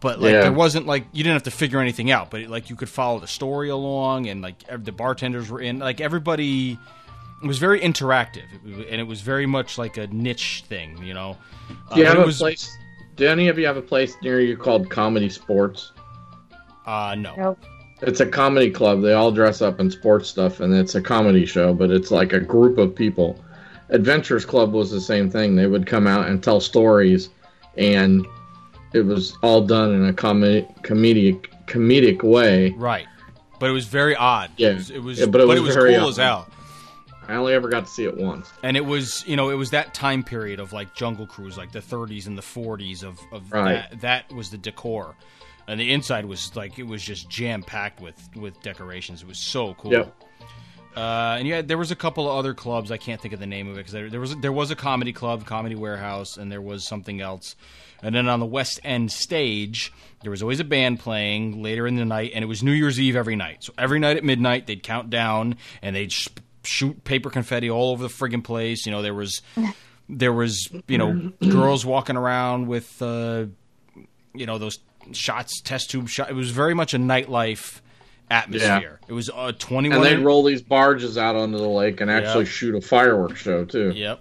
Speaker 2: but like
Speaker 4: Yeah.
Speaker 2: there wasn't like you didn't have to figure anything out. But it, like you could follow the story along, and like ev- the bartenders were in. Like everybody, it was very interactive, It- and it was very much like a niche thing. You know, Uh,
Speaker 4: Do you
Speaker 2: but
Speaker 4: have
Speaker 2: it
Speaker 4: a
Speaker 2: was-
Speaker 4: place? Do any of you have a place near you called Comedy Sports?
Speaker 2: Uh, no.
Speaker 3: Nope.
Speaker 4: It's a comedy club. They all dress up in sports stuff, and it's a comedy show, but it's like a group of people. Adventures Club was the same thing. They would come out and tell stories, and it was all done in a comedy comedic comedic way.
Speaker 2: Right. But it was very odd.
Speaker 4: Yeah.
Speaker 2: It was, it was
Speaker 4: Yeah,
Speaker 2: but it was,
Speaker 4: very uh,
Speaker 2: cool
Speaker 4: odd.
Speaker 2: as hell.
Speaker 4: I only ever got to see it once.
Speaker 2: And it was, you know, it was that time period of like Jungle Cruise, like the 30s and the 40s of, of
Speaker 4: Right.
Speaker 2: that. That was the decor. And the inside was like, it was just jam packed with, with decorations. It was so cool.
Speaker 4: Yep.
Speaker 2: Uh, and yeah, there was a couple of other clubs. I can't think of the name of it because there, there was there was a comedy club, comedy warehouse, and there was something else. And then on the West End stage, there was always a band playing later in the night, and it was New Year's Eve every night. So every night at midnight, they'd count down and they'd sh- shoot paper confetti all over the friggin' place. You know, there was there was you know girls walking around with uh, you know those shots, test tube shot. It was very much a nightlife atmosphere. It was uh, twenty
Speaker 4: And
Speaker 2: one.
Speaker 4: they'd roll these barges out onto the lake and actually
Speaker 2: Yeah.
Speaker 4: shoot a fireworks show too
Speaker 2: Yep.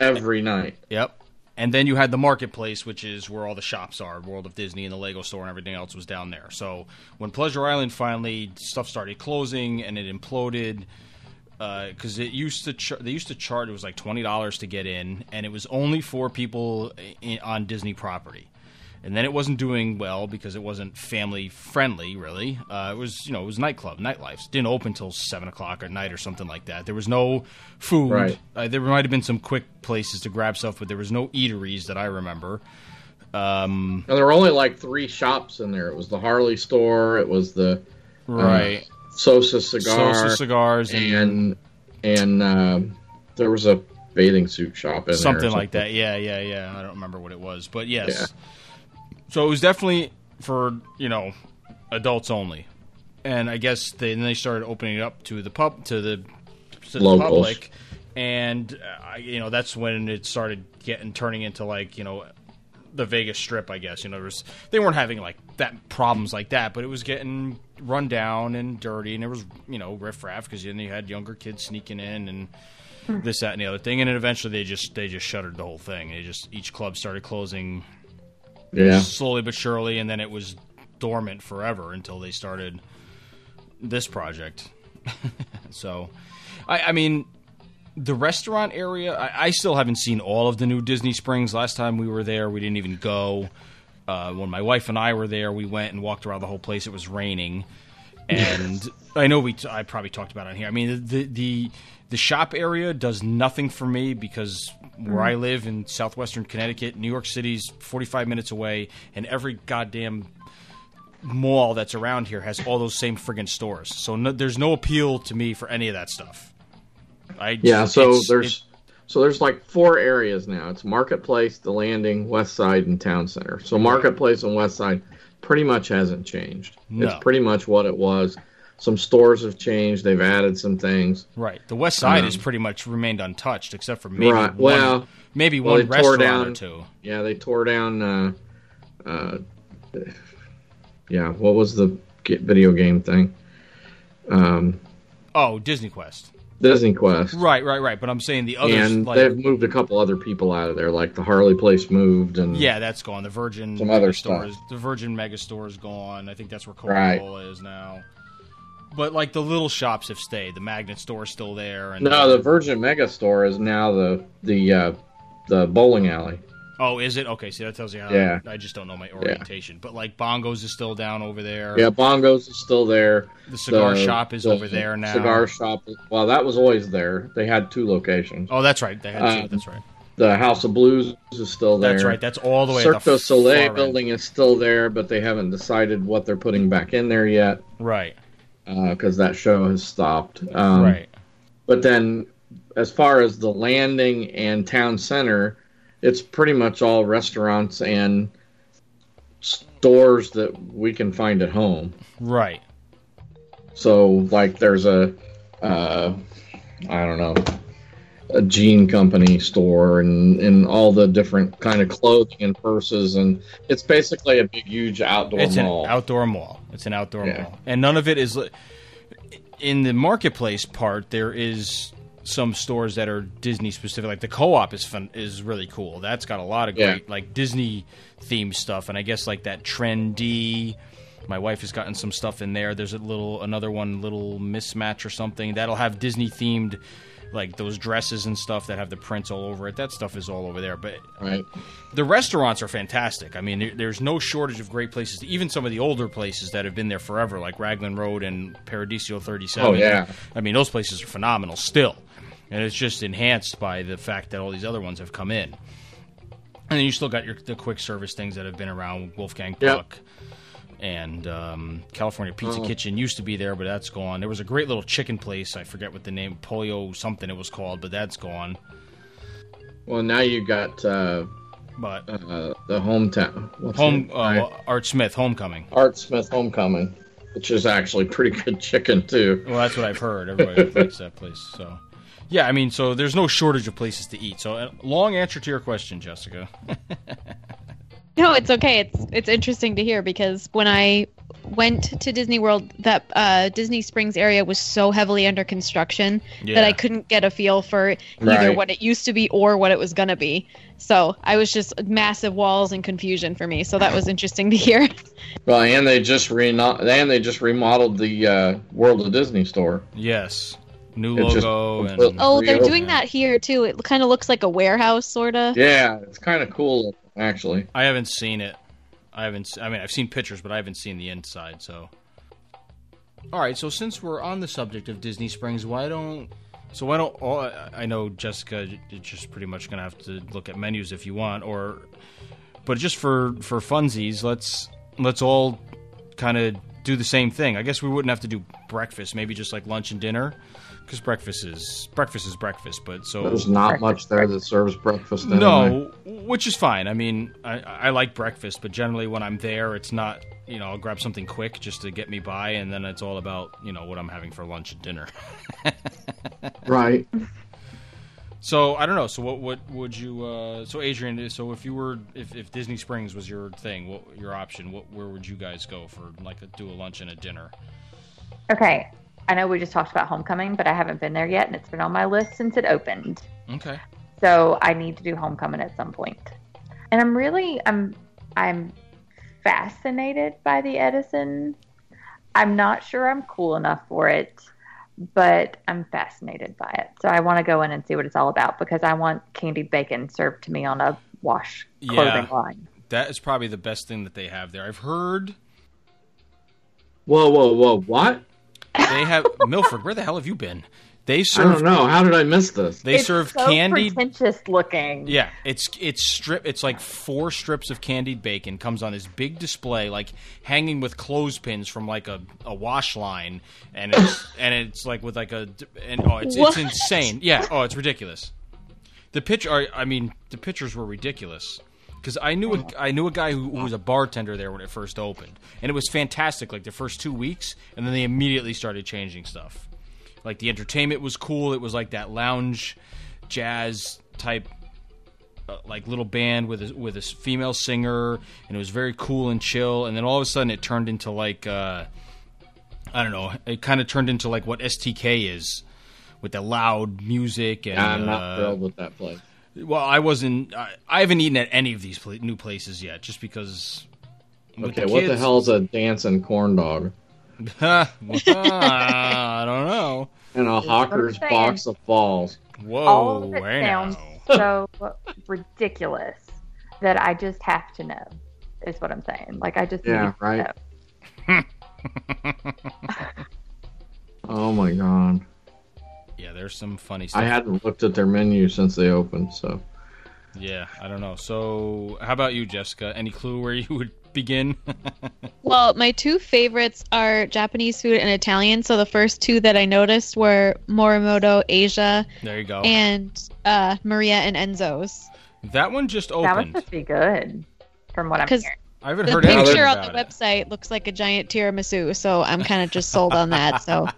Speaker 4: every night.
Speaker 2: Yep. And then you had the marketplace, which is where all the shops are, World of Disney and the Lego store and everything else was down there. So when Pleasure Island finally stuff started closing and it imploded because Uh, it used to char- they used to charge it was like twenty dollars to get in, and it was only for people in, on Disney property. And then it wasn't doing well because it wasn't family friendly, really. Uh, it was you know it was nightclub nightlife. Didn't open till seven o'clock at night or something like that. There was no food.
Speaker 4: Right.
Speaker 2: Uh, there might have been some quick places to grab stuff, but there was no eateries that I remember. Um,
Speaker 4: And there were only like three shops in there. It was the Harley store, it was the um,
Speaker 2: right.
Speaker 4: Sosa cigar,
Speaker 2: Sosa Uh, cigars and,
Speaker 4: and and um there was a bathing suit shop in there or
Speaker 2: something, like that. Yeah, yeah, yeah. I don't remember what it was, but yes.
Speaker 4: Yeah.
Speaker 2: So it was definitely for you know adults only, and I guess they, then they started opening it up to the pub to the, to the
Speaker 4: Locals.
Speaker 2: public, and uh, I- you know that's when it started getting turning into like you know the Vegas Strip. I guess you know there was, they weren't having like that problems like that, but it was getting run down and dirty, and there was you know riffraff because then you had younger kids sneaking in and this that and the other thing and then eventually they just they just shuttered the whole thing they just each club started closing
Speaker 4: Yeah.
Speaker 2: slowly but surely and then it was dormant forever until they started this project so i i mean the restaurant area I, I still haven't seen all of the new disney springs last time we were there we didn't even go uh, when my wife and i were there we went and walked around the whole place it was raining and I know we t- I probably talked about it on here. I mean the the the shop area does nothing for me because where I live in southwestern Connecticut, New York City's 45 minutes away, and every goddamn mall that's around here has all those same friggin' stores. So no, there's no appeal to me for any of that stuff. I
Speaker 4: Yeah, so
Speaker 2: it's-
Speaker 4: there's so there's like four areas now. It's Marketplace, the Landing, West Side, and Town Center. So Marketplace and West Side pretty much hasn't changed.
Speaker 2: No.
Speaker 4: It's pretty much what it was. Some stores have changed. They've added some things.
Speaker 2: it- right. The West Side
Speaker 4: Um,
Speaker 2: has pretty much remained untouched except for maybe
Speaker 4: Right,
Speaker 2: one,
Speaker 4: well,
Speaker 2: maybe
Speaker 4: well,
Speaker 2: one
Speaker 4: they tore
Speaker 2: restaurant or
Speaker 4: down-
Speaker 2: two.
Speaker 4: Yeah, they tore down. Uh, uh, yeah, what was the ge- video game thing? Um,
Speaker 2: Oh, Disney Quest.
Speaker 4: Disney Quest.
Speaker 2: Right, right, right. But I'm saying the others
Speaker 4: And
Speaker 2: like
Speaker 4: they've moved a couple other people out of there, like the Harley Place moved, and
Speaker 2: Yeah, that's gone. The Virgin
Speaker 4: Some other
Speaker 2: Megastore
Speaker 4: stuff.
Speaker 2: is- the Virgin Megastore is gone. I think that's where Coca
Speaker 4: Right.
Speaker 2: Cola is now. But like the little shops have stayed. The Magnet store is still there. And
Speaker 4: no, the Virgin Mega Store is now the the uh, the bowling alley.
Speaker 2: oh, is it okay? See, that tells you how.
Speaker 4: Yeah.
Speaker 2: I just don't know my orientation. But like Bongos is still down over there.
Speaker 4: Yeah, Bongos is still there.
Speaker 2: The cigar
Speaker 4: The-
Speaker 2: shop is
Speaker 4: the
Speaker 2: over there now.
Speaker 4: Cigar shop. Well, that was always there. They had two locations.
Speaker 2: Oh, that's right. They had two.
Speaker 4: Um,
Speaker 2: that's right.
Speaker 4: the House of Blues is still there.
Speaker 2: That's right. That's all the way. at
Speaker 4: Cirque
Speaker 2: the
Speaker 4: du Soleil
Speaker 2: far end.
Speaker 4: building is still there, but they haven't decided what they're putting back in there yet
Speaker 2: Right.
Speaker 4: because that show has stopped. Um,
Speaker 2: right.
Speaker 4: But then, as far as the landing and town center, it's pretty much all restaurants and stores that we can find at home.
Speaker 2: Right.
Speaker 4: So, like, there's a, uh, I don't know, a jean company store and and all the different kind of clothing and purses, and it's basically a big, huge outdoor
Speaker 2: It's an
Speaker 4: mall.
Speaker 2: outdoor mall. It's an outdoor
Speaker 4: Yeah.
Speaker 2: mall, and none of it is li- in the marketplace part. There is some stores that are Disney specific, like the co-op is fun, is really cool. That's got a lot of
Speaker 4: Yeah.
Speaker 2: great like Disney themed stuff, and I guess like that trendy. My wife has gotten some stuff in there. There's a little another one, little mismatch or something that'll have Disney themed. Like those dresses and stuff that have the prints all over it, that stuff is all over there. But
Speaker 4: right.
Speaker 2: the restaurants are fantastic. I mean, there- there's no shortage of great places. Even some of the older places that have been there forever, like Raglan Road and Paradiso 37.
Speaker 4: Oh, yeah.
Speaker 2: I mean, those places are phenomenal still. And it's just enhanced by the fact that all these other ones have come in. And then you still got your the quick service things that have been around Wolfgang
Speaker 4: Yep.
Speaker 2: Puck and um, California
Speaker 4: Mm-hmm.
Speaker 2: Pizza Kitchen used to be there, but that's gone. There was a great little chicken place. I forget what the name, Polio something it was called, but that's gone.
Speaker 4: Well, now you got uh,
Speaker 2: But
Speaker 4: uh, the hometown what's
Speaker 2: home
Speaker 4: it?
Speaker 2: uh, Art Smith Homecoming.
Speaker 4: Art Smith Homecoming, which is actually pretty good chicken too.
Speaker 2: Well, that's what I've heard. Everybody likes that place. So, yeah, I mean, so there's no shortage of places to eat. So, uh, long answer to your question, Jessica.
Speaker 5: No, it's okay. It's it's interesting to hear because when I went to Disney World, that uh, Disney Springs area was so heavily under construction that I couldn't get a feel for either
Speaker 4: Right.
Speaker 5: what it used to be or what it was gonna be. So I was just massive walls and confusion for me. So that was interesting to hear.
Speaker 4: Well, and they just reno- and they just remodeled the uh, World of Disney store.
Speaker 2: Yes, new
Speaker 4: It just-
Speaker 2: logo and
Speaker 5: oh, they're
Speaker 4: Real-
Speaker 5: doing that here too. It kind of looks like a warehouse, sorta.
Speaker 4: Yeah, it's kind of cool actually.
Speaker 2: I haven't seen it. I haven't. s- I mean, I've seen pictures, but I haven't seen the inside. So, all right. So, since we're on the subject of Disney Springs, why don't? So why don't? All, I- I know Jessica is just pretty much gonna have to look at menus if you want, or, but just for for funsies, let's let's all kind of do the same thing. I guess we wouldn't have to do breakfast. Maybe just like lunch and dinner, because breakfast is breakfast is breakfast. But so
Speaker 4: There's not much there that serves breakfast. Anyway.
Speaker 2: no, which is fine. I mean, I, I like breakfast, but generally when I'm there, it's not, you know, I'll grab something quick just to get me by, and then it's all about, you know, what I'm having for lunch and dinner.
Speaker 4: right?
Speaker 2: So I don't know. So what, what would you, uh, so Adrian, so if you were, if, if Disney Springs was your thing, what your option, what, where would you guys go for like a, do a lunch and a dinner?
Speaker 3: Okay. I know we just talked about homecoming, but I haven't been there yet, and it's been on my list since it opened.
Speaker 2: Okay.
Speaker 3: So I need to do homecoming at some point. And I'm really I'm I'm fascinated by the Edison. I'm not sure I'm cool enough for it, but I'm fascinated by it. So I want to go in and see what it's all about because I want candied bacon served to me on a wash clothing
Speaker 2: Yeah.
Speaker 3: line.
Speaker 2: That is probably the best thing that they have there. I've heard
Speaker 4: Whoa, whoa, whoa! What?
Speaker 2: they have, Milford, where the hell have you been? They
Speaker 4: I
Speaker 2: serve,
Speaker 4: don't know. How did I miss this?
Speaker 2: they
Speaker 3: It's
Speaker 2: serve
Speaker 3: so
Speaker 2: candied
Speaker 3: pretentious looking.
Speaker 2: Yeah, it's it's strip. It's like four strips of candied bacon comes on this big display, like hanging with clothespins from like a, a wash line, and it's and it's like with like a d- and oh, it's it's
Speaker 5: What?
Speaker 2: insane. Yeah, oh, it's ridiculous. The picture, I- I mean, the pictures were ridiculous because I knew a, I knew a guy who, who was a bartender there when it first opened, and it was fantastic. Like the first two weeks, and then they immediately started changing stuff like the entertainment was cool it was like that lounge jazz type uh, like little band with a, with a s- female singer and it was very cool and chill and then all of a sudden it turned into like uh i don't know it kind of turned into like what STK is with the loud music and
Speaker 4: I'm not
Speaker 2: uh,
Speaker 4: thrilled with that place.
Speaker 2: well i wasn't I, I haven't eaten at any of these pla- new places yet just because with
Speaker 4: Okay, what the
Speaker 2: kids-
Speaker 4: hell's a dancing corn dog
Speaker 2: i don't know
Speaker 4: and a hawker's
Speaker 3: saying.
Speaker 4: box of balls?
Speaker 2: whoa
Speaker 3: all of it
Speaker 2: hey
Speaker 3: sounds
Speaker 2: now.
Speaker 3: so ridiculous that I just have to know. Is what I'm saying. Like I just
Speaker 4: Yeah,
Speaker 3: need to
Speaker 4: right.
Speaker 3: know.
Speaker 4: Oh my god!
Speaker 2: yeah there's some funny stuff
Speaker 4: I hadn't looked at their menu since they opened, so
Speaker 2: Yeah, I don't know. So, how about you, Jessica? Any clue where you would begin?
Speaker 5: Well, my two favorites are Japanese food and Italian. So the first two that I noticed were Morimoto Asia
Speaker 2: there you go.
Speaker 5: and uh, Maria and Enzo's.
Speaker 2: that one just
Speaker 3: That was
Speaker 2: opened.
Speaker 3: supposed to be good, from what I'm hearing.
Speaker 5: Because
Speaker 2: I haven't
Speaker 5: the
Speaker 2: heard anything
Speaker 5: picture on
Speaker 2: about
Speaker 5: the
Speaker 2: it.
Speaker 5: website looks like a giant tiramisu, so I'm kind of just sold on that. So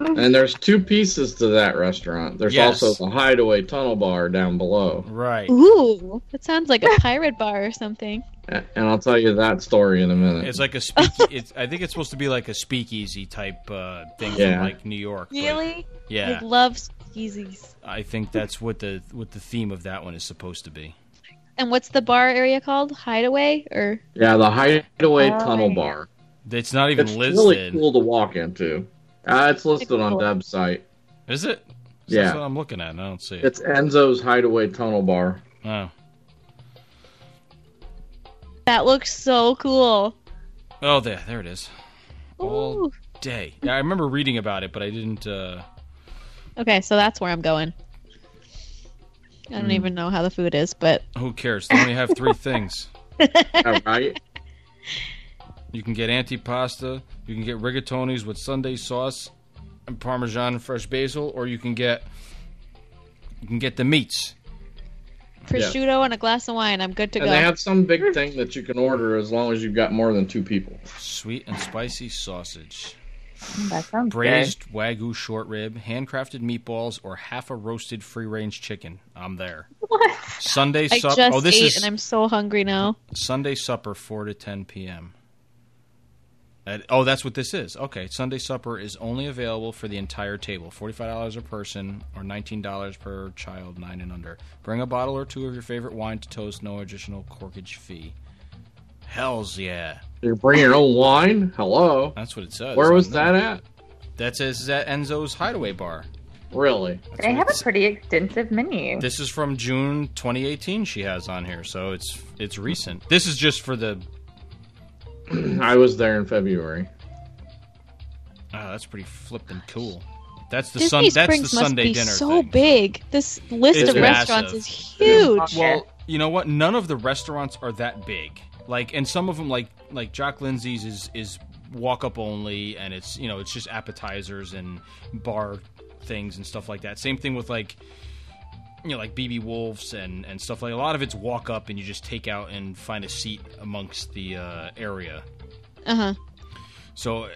Speaker 4: And there's two pieces to that restaurant. There's
Speaker 2: Yes.
Speaker 4: also the Hideaway Tunnel Bar down below.
Speaker 2: Right.
Speaker 5: ooh, that sounds like a pirate bar or something.
Speaker 4: A- And I'll tell you that story in a minute.
Speaker 2: It's like a speak. it's, I think it's supposed to be like a speakeasy type uh, thing
Speaker 4: Yeah.
Speaker 2: from like New York. but-
Speaker 5: I
Speaker 2: yeah.
Speaker 5: love speakeasies.
Speaker 2: I think that's what the what the theme of that one is supposed to be.
Speaker 5: And what's the bar area called? Hideaway or
Speaker 4: yeah, the Hideaway
Speaker 3: Oh,
Speaker 4: Tunnel
Speaker 3: yeah.
Speaker 4: Bar.
Speaker 2: It's not even
Speaker 4: It's
Speaker 2: listed.
Speaker 4: really cool to walk into. Uh, it's listed on
Speaker 5: Cool.
Speaker 4: Deb's site.
Speaker 2: Is it?
Speaker 4: Yeah.
Speaker 2: That's what I'm looking at. and I don't see it.
Speaker 4: It's Enzo's Hideaway Tunnel Bar.
Speaker 2: oh.
Speaker 5: that looks so cool.
Speaker 2: Oh, there, there it is. All
Speaker 5: Ooh.
Speaker 2: day. Yeah, I remember reading about it, but I didn't. Uh...
Speaker 5: Okay, so that's where I'm going. I
Speaker 2: Hmm.
Speaker 5: don't even know how the food is, but
Speaker 2: Who cares? They only have three things.
Speaker 4: All right.
Speaker 2: You can get antipasta. You can get rigatonis with Sunday sauce and Parmesan and fresh basil, or you can get you can get the meats.
Speaker 5: prosciutto and a glass of wine, I'm good to
Speaker 4: And
Speaker 5: go.
Speaker 4: they have some big thing that you can order as long as you've got more than two people.
Speaker 2: Sweet and spicy sausage.
Speaker 3: That sounds good.
Speaker 2: braised wagyu short rib, handcrafted meatballs, or half a roasted free range chicken. I'm there.
Speaker 3: What?
Speaker 2: Sunday
Speaker 5: I
Speaker 2: supper.
Speaker 5: just
Speaker 2: Oh, this
Speaker 5: ate
Speaker 2: is
Speaker 5: and I'm so hungry now.
Speaker 2: Sunday supper, four to ten p.m. At- oh, that's what this is. Okay, Sunday supper is only available for the entire table. Forty-five dollars a person, or nineteen dollars per child, nine and under. Bring a bottle or two of your favorite wine to toast. No additional corkage fee. Hell's yeah!
Speaker 4: You bring your own wine? Hello.
Speaker 2: That's what it says.
Speaker 4: Where
Speaker 2: on
Speaker 4: was
Speaker 2: there.
Speaker 4: that at?
Speaker 2: That says it's at Enzo's Hideaway Bar.
Speaker 4: Really?
Speaker 2: That's
Speaker 3: They
Speaker 2: what
Speaker 3: have
Speaker 2: it
Speaker 3: a pretty extensive menu.
Speaker 2: This is from June 2018. She has on here, so it's it's recent. This is just for the.
Speaker 4: I was there in February.
Speaker 2: Oh, that's pretty flippin' cool. That's the sun. That's
Speaker 5: Disney
Speaker 2: the
Speaker 5: Springs must
Speaker 2: Sunday
Speaker 5: be
Speaker 2: dinner
Speaker 5: so
Speaker 2: thing.
Speaker 5: big. This list
Speaker 2: It's
Speaker 5: of restaurants
Speaker 2: massive.
Speaker 5: is huge.
Speaker 2: Well, you know what? None of the restaurants are that big. Like, and some of them, like like Jock Lindsay's, is is walk up only, and it's you know it's just appetizers and bar things and stuff like that. Same thing with like you know like BB Wolf's and and stuff like. A lot of it's walk up, and you just take out and find a seat amongst the uh, area.
Speaker 5: Uh huh.
Speaker 2: So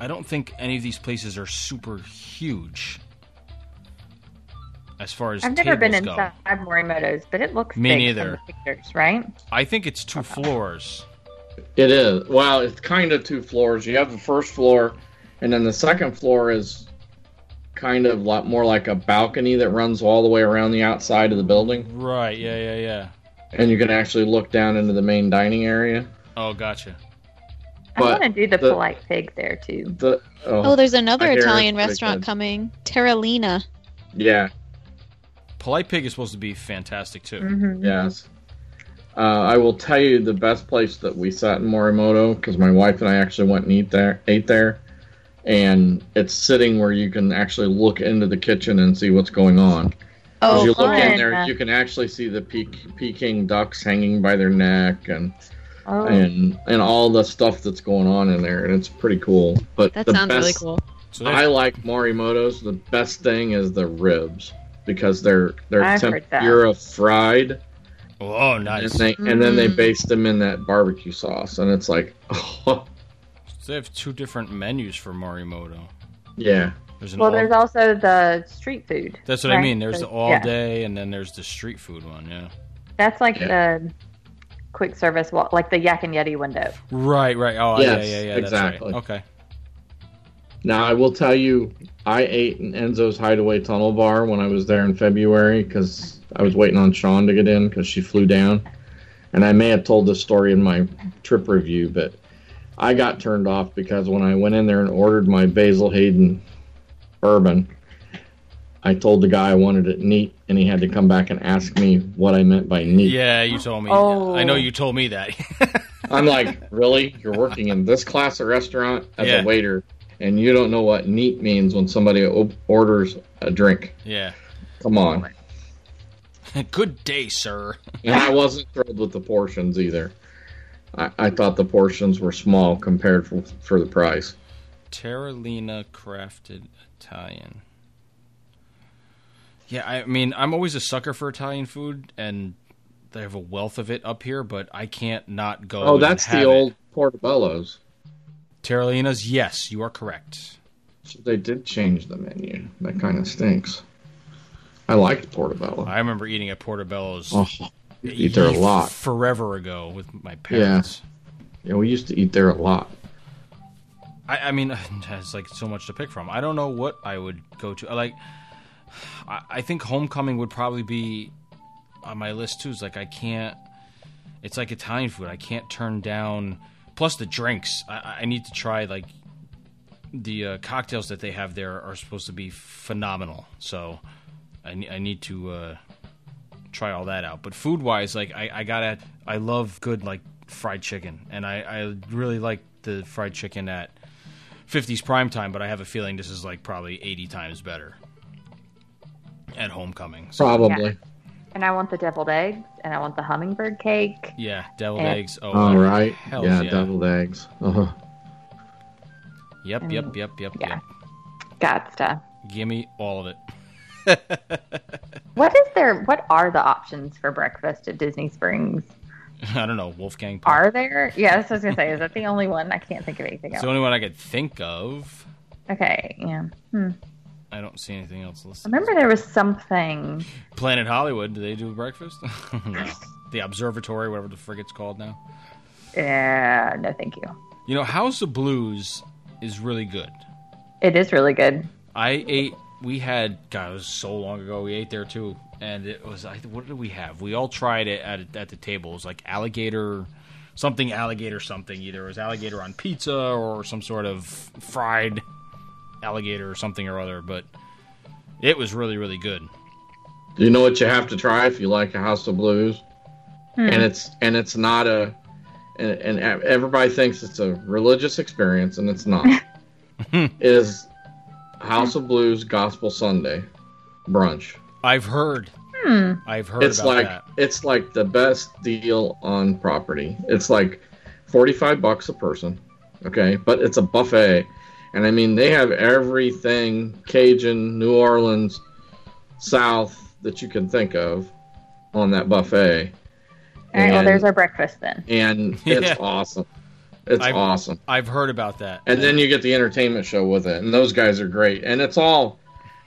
Speaker 2: I don't think any of these places are super huge as far as
Speaker 3: I've never been
Speaker 2: tables go.
Speaker 3: inside Morimoto's, but it looks
Speaker 2: Me
Speaker 3: big
Speaker 2: neither.
Speaker 3: From the pictures, right?
Speaker 2: I think it's two floors.
Speaker 4: It is. Well, it's kind of two floors. You have the first floor, and then the second floor is kind of lot more like a balcony that runs all the way around the outside of the building,
Speaker 2: Right, yeah, yeah, yeah.
Speaker 4: and you can actually look down into the main dining area.
Speaker 2: Oh, gotcha.
Speaker 3: I
Speaker 4: But
Speaker 3: want to do the,
Speaker 4: the-
Speaker 3: polite pig there too.
Speaker 4: The oh,
Speaker 5: Oh, there's another
Speaker 4: I hear
Speaker 5: Italian
Speaker 4: it's pretty
Speaker 5: restaurant
Speaker 4: good.
Speaker 5: coming. Terralina.
Speaker 4: yeah,
Speaker 2: Polite Pig is supposed to be fantastic too.
Speaker 3: hmm
Speaker 4: yes. Uh, I will tell you the best place that we sat in Morimoto because my wife and I actually went and eat there, ate there, and it's sitting where you can actually look into the kitchen and see what's going on. As
Speaker 3: Oh,
Speaker 4: you look in
Speaker 3: fun.
Speaker 4: there, you can actually see the Pek- Peking ducks hanging by their neck and
Speaker 3: Oh,
Speaker 4: and and all the stuff that's going on in there, and it's pretty cool. But
Speaker 5: That
Speaker 4: the
Speaker 5: sounds really
Speaker 4: best-
Speaker 5: cool.
Speaker 2: So
Speaker 4: I
Speaker 2: that's,
Speaker 4: like Morimoto's. The best thing is the ribs because they're they're
Speaker 3: I've heard that.
Speaker 4: tempura fried,
Speaker 2: oh,
Speaker 4: and,
Speaker 2: nice.
Speaker 4: they, and then they
Speaker 3: Mm-hmm.
Speaker 5: Mm.
Speaker 4: baste them in that barbecue sauce, and it's like, oh
Speaker 2: They have two different menus for Morimoto.
Speaker 4: yeah,
Speaker 2: There's an
Speaker 3: well,
Speaker 2: all-
Speaker 3: there's also the street food.
Speaker 2: That's what I
Speaker 3: right,
Speaker 2: mean. There's the
Speaker 3: so-
Speaker 2: all
Speaker 3: yeah.
Speaker 2: day, and then there's the street food one. Yeah.
Speaker 3: That's like
Speaker 4: Yeah.
Speaker 3: the quick service, wa- like the Yak and Yeti window.
Speaker 2: Right, right. Oh,
Speaker 4: Yes,
Speaker 2: yeah, yeah, yeah.
Speaker 4: exactly.
Speaker 2: That's right. Okay.
Speaker 4: Now I will tell you, I ate in Enzo's Hideaway Tunnel Bar when I was there in February because I was waiting on Sean to get in because she flew down, and I may have told this story in my trip review, but I got turned off because when I went in there and ordered my Basil Hayden bourbon, I told the guy I wanted it neat, and he had to come back and ask me what I meant by neat.
Speaker 2: Yeah, you told me.
Speaker 3: Oh.
Speaker 2: I know you told me that.
Speaker 4: I'm like, really? You're working in this class of restaurant as
Speaker 2: Yeah.
Speaker 4: a waiter, and you don't know what neat means when somebody o- orders a drink.
Speaker 2: yeah.
Speaker 4: Come on.
Speaker 2: Good day, sir.
Speaker 4: And I wasn't thrilled with the portions either. I, I thought the portions were small compared for, for the price.
Speaker 2: Terralina crafted Italian. Yeah, I mean, I'm always a sucker for Italian food, and they have a wealth of it up here, but I can't not go.
Speaker 4: Oh,
Speaker 2: and
Speaker 4: that's
Speaker 2: have
Speaker 4: the
Speaker 2: it.
Speaker 4: old portobellos.
Speaker 2: Terralina's. Yes, you are correct.
Speaker 4: So they did change the menu. That kind of stinks. I liked portobello.
Speaker 2: I remember eating at Portobello's.
Speaker 4: Oh, we eat there a lot.
Speaker 2: Forever ago with my parents.
Speaker 4: Yeah, we used to eat there a lot.
Speaker 2: I, I mean, there's like so much to pick from. I don't know what I would go to. Like, I, I think Homecoming would probably be on my list too. It's like I can't. It's like Italian food. I can't turn down. Plus the drinks. I, I need to try like the uh, cocktails that they have there are supposed to be phenomenal. So I, ne- I need to uh, try all that out. But food wise, like I, I gotta, I love good like fried chicken, and I, I really like the fried chicken at 50s prime time. But I have a feeling this is like probably 80 times better at homecoming. So
Speaker 4: Probably.
Speaker 3: And I want the deviled eggs, and I want the hummingbird cake.
Speaker 2: yeah, deviled
Speaker 3: Eh.
Speaker 2: eggs. Oh,
Speaker 4: All right.
Speaker 2: Hell
Speaker 4: yeah,
Speaker 2: yeah.
Speaker 4: deviled eggs. Uh-huh.
Speaker 2: Yep,
Speaker 3: Mm.
Speaker 2: yep, yep, yep,
Speaker 3: Yeah.
Speaker 2: yep.
Speaker 3: God stuff.
Speaker 2: Give me all of it.
Speaker 3: What is there? What are the options for breakfast at Disney Springs?
Speaker 2: I don't know, Wolfgang. Puck.
Speaker 3: Are there? Yeah, that's what I was gonna say. Is that the only one? I can't think of anything
Speaker 2: It's
Speaker 3: else.
Speaker 2: the only one I could think of.
Speaker 3: Okay, yeah. Hmm.
Speaker 2: I don't see anything else
Speaker 3: I
Speaker 2: listed.
Speaker 3: remember there was something.
Speaker 2: Planet Hollywood, do they do breakfast? no. The observatory, whatever the frig it's called now.
Speaker 3: Yeah, no, thank you.
Speaker 2: You know, House of Blues is really good.
Speaker 3: It is really good.
Speaker 2: I ate, we had, God, it was so long ago. We ate there too. And it was, I, what did we have? We all tried it at, at the table. It was like alligator, something alligator something. Either it was alligator on pizza or some sort of fried alligator or something or other. But it was really, really good.
Speaker 4: You know what you have to try if you like a House of Blues,
Speaker 3: Hmm.
Speaker 4: and it's and it's not a, and, and everybody thinks it's a religious experience, and it's not. is House of Blues Gospel Sunday brunch?
Speaker 2: I've heard.
Speaker 3: Hmm.
Speaker 2: I've heard
Speaker 4: It's
Speaker 2: about
Speaker 4: like
Speaker 2: that.
Speaker 4: it's like the best deal on property. It's like forty five bucks a person, okay, but it's a buffet, and I mean they have everything Cajun, New Orleans, South that you can think of on that buffet,
Speaker 3: All right, well,
Speaker 4: And-
Speaker 3: there's our breakfast then.
Speaker 4: and it's
Speaker 2: Yeah.
Speaker 4: awesome. It's
Speaker 2: I've-
Speaker 4: awesome.
Speaker 2: I've heard about that.
Speaker 4: and then you get the entertainment show with it and those guys are great and it's all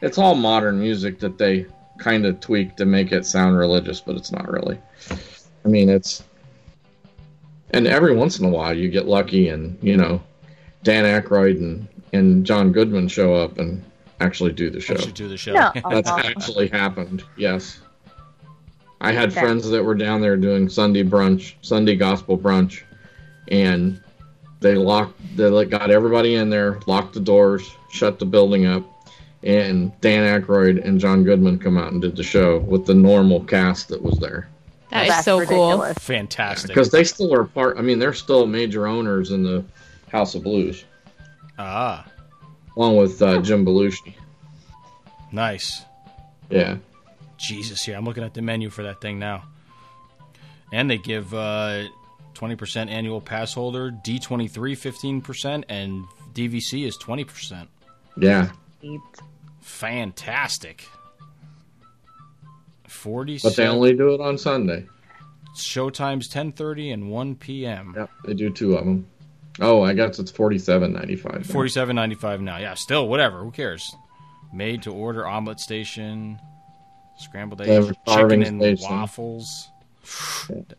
Speaker 4: it's all modern music that they kind of tweak to make it sound religious but it's not really i mean it's and every once in a while you get lucky and you know dan Aykroyd and and john goodman show up and actually do the show
Speaker 2: Actually do the show.
Speaker 3: No,
Speaker 4: that's
Speaker 3: uh,
Speaker 4: actually happened yes i had
Speaker 3: Okay.
Speaker 4: friends that were down there doing sunday brunch sunday gospel brunch and they locked they like, got everybody in there locked the doors shut the building up and dan Aykroyd and john goodman come out and did the show with the normal cast that was there
Speaker 5: That is
Speaker 3: that's
Speaker 5: so cool.
Speaker 3: ridiculous.
Speaker 2: Fantastic.
Speaker 4: because they still are part i mean they're still major owners in the house of blues
Speaker 2: Ah,
Speaker 4: along with uh, jim belushi
Speaker 2: nice.
Speaker 4: yeah
Speaker 2: Jesus, yeah, I'm looking at the menu for that thing now. And they give uh, 20% annual pass holder, D23 15%, and DVC is 20%.
Speaker 4: yeah
Speaker 2: Fantastic. 40
Speaker 4: but they only do it on sunday
Speaker 2: showtimes 10:30 and 1 p.m.
Speaker 4: Yep, they do two of them. Oh, I guess it's forty-seven ninety-five.
Speaker 2: 47.95 now. Yeah, still whatever, who cares. Made to order omelet station, scrambled
Speaker 4: They have
Speaker 2: eggs,
Speaker 4: a carving
Speaker 2: chicken and
Speaker 4: station.
Speaker 2: waffles.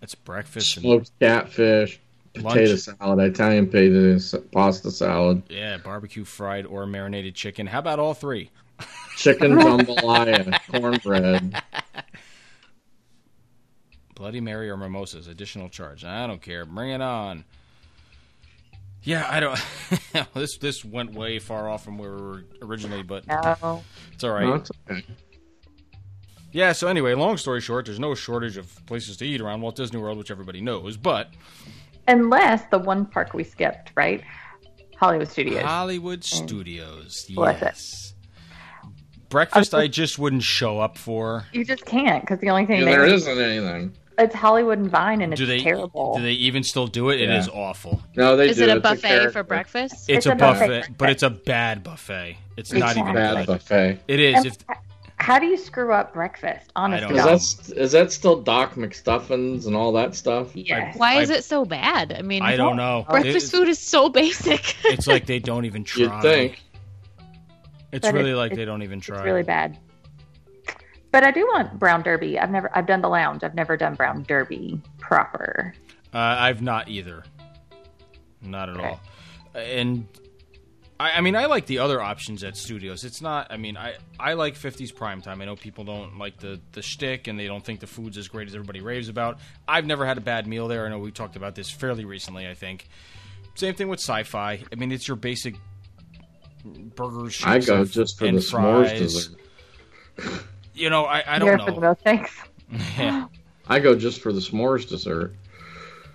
Speaker 2: That's breakfast and
Speaker 4: smoked catfish, potato
Speaker 2: Lunch.
Speaker 4: salad, Italian potato, s- pasta salad,
Speaker 2: Yeah, barbecue fried or marinated chicken. How about all three?
Speaker 4: chicken jambalaya, cornbread.
Speaker 2: Bloody Mary or mimosas, additional charge. I don't care. Bring it on. Yeah, I don't. this this went way far off from where we were originally, but
Speaker 3: No.
Speaker 2: it's all right.
Speaker 4: No, it's okay.
Speaker 2: Yeah. So anyway, long story short, there's no shortage of places to eat around Walt Disney World, which everybody knows. But
Speaker 3: Unless the one park we skipped, right?
Speaker 2: Ah.
Speaker 3: Hollywood Studios.
Speaker 2: Hollywood Studios,
Speaker 3: Bless it.
Speaker 2: yes. breakfast I just wouldn't show up for.
Speaker 3: You just can't because the only thing
Speaker 4: Yeah,
Speaker 3: they
Speaker 4: there isn't anything.
Speaker 3: it's Hollywood and Vine, and it's
Speaker 2: do they e,
Speaker 3: terrible.
Speaker 2: do they even still do it? It
Speaker 4: Yeah.
Speaker 2: is awful.
Speaker 4: No, they
Speaker 5: Is
Speaker 4: do.
Speaker 5: it a
Speaker 4: It's
Speaker 5: buffet for
Speaker 4: character.
Speaker 5: breakfast?
Speaker 2: It's,
Speaker 3: It's
Speaker 2: a,
Speaker 3: a
Speaker 2: buffet,
Speaker 3: buffet
Speaker 2: but
Speaker 3: breakfast.
Speaker 2: it's a bad buffet. It's not even
Speaker 4: Bad
Speaker 2: good.
Speaker 4: buffet.
Speaker 2: It is.
Speaker 3: And
Speaker 2: If
Speaker 3: How do you screw up breakfast? Honestly,
Speaker 2: don't
Speaker 4: Is
Speaker 2: No.
Speaker 4: that st- is that still Doc McStuffins and all that stuff?
Speaker 3: yes.
Speaker 5: Why
Speaker 2: I-
Speaker 5: is it so bad? I mean,
Speaker 2: I don't know,
Speaker 5: breakfast
Speaker 2: It-
Speaker 5: food is so basic.
Speaker 2: It's like they don't even try.
Speaker 4: You'd think.
Speaker 2: It's
Speaker 3: But
Speaker 2: really
Speaker 3: it's-
Speaker 2: like they
Speaker 3: it's-
Speaker 2: don't even try.
Speaker 3: It's really bad. But I do want brown derby. I've never I've done the lounge. I've never done brown derby proper.
Speaker 2: Uh, I've not either. Not at all. And I, I mean, I like the other options at studios. It's not. I mean, I I like '50s primetime. I know people don't like the the shtick, and they don't think the food's as great as everybody raves about. I've never had a bad meal there. I know we talked about this fairly recently. I think. Same thing with sci-fi. I mean, it's your basic burgers.
Speaker 4: I
Speaker 2: shakes,
Speaker 4: go
Speaker 2: and-
Speaker 4: just for
Speaker 2: and
Speaker 4: the s'mores
Speaker 2: fries.
Speaker 4: dessert.
Speaker 2: You know, I, I
Speaker 3: Here
Speaker 2: don't
Speaker 3: for the
Speaker 2: know.
Speaker 3: milkshakes.
Speaker 2: Yeah.
Speaker 4: I go just for the s'mores dessert.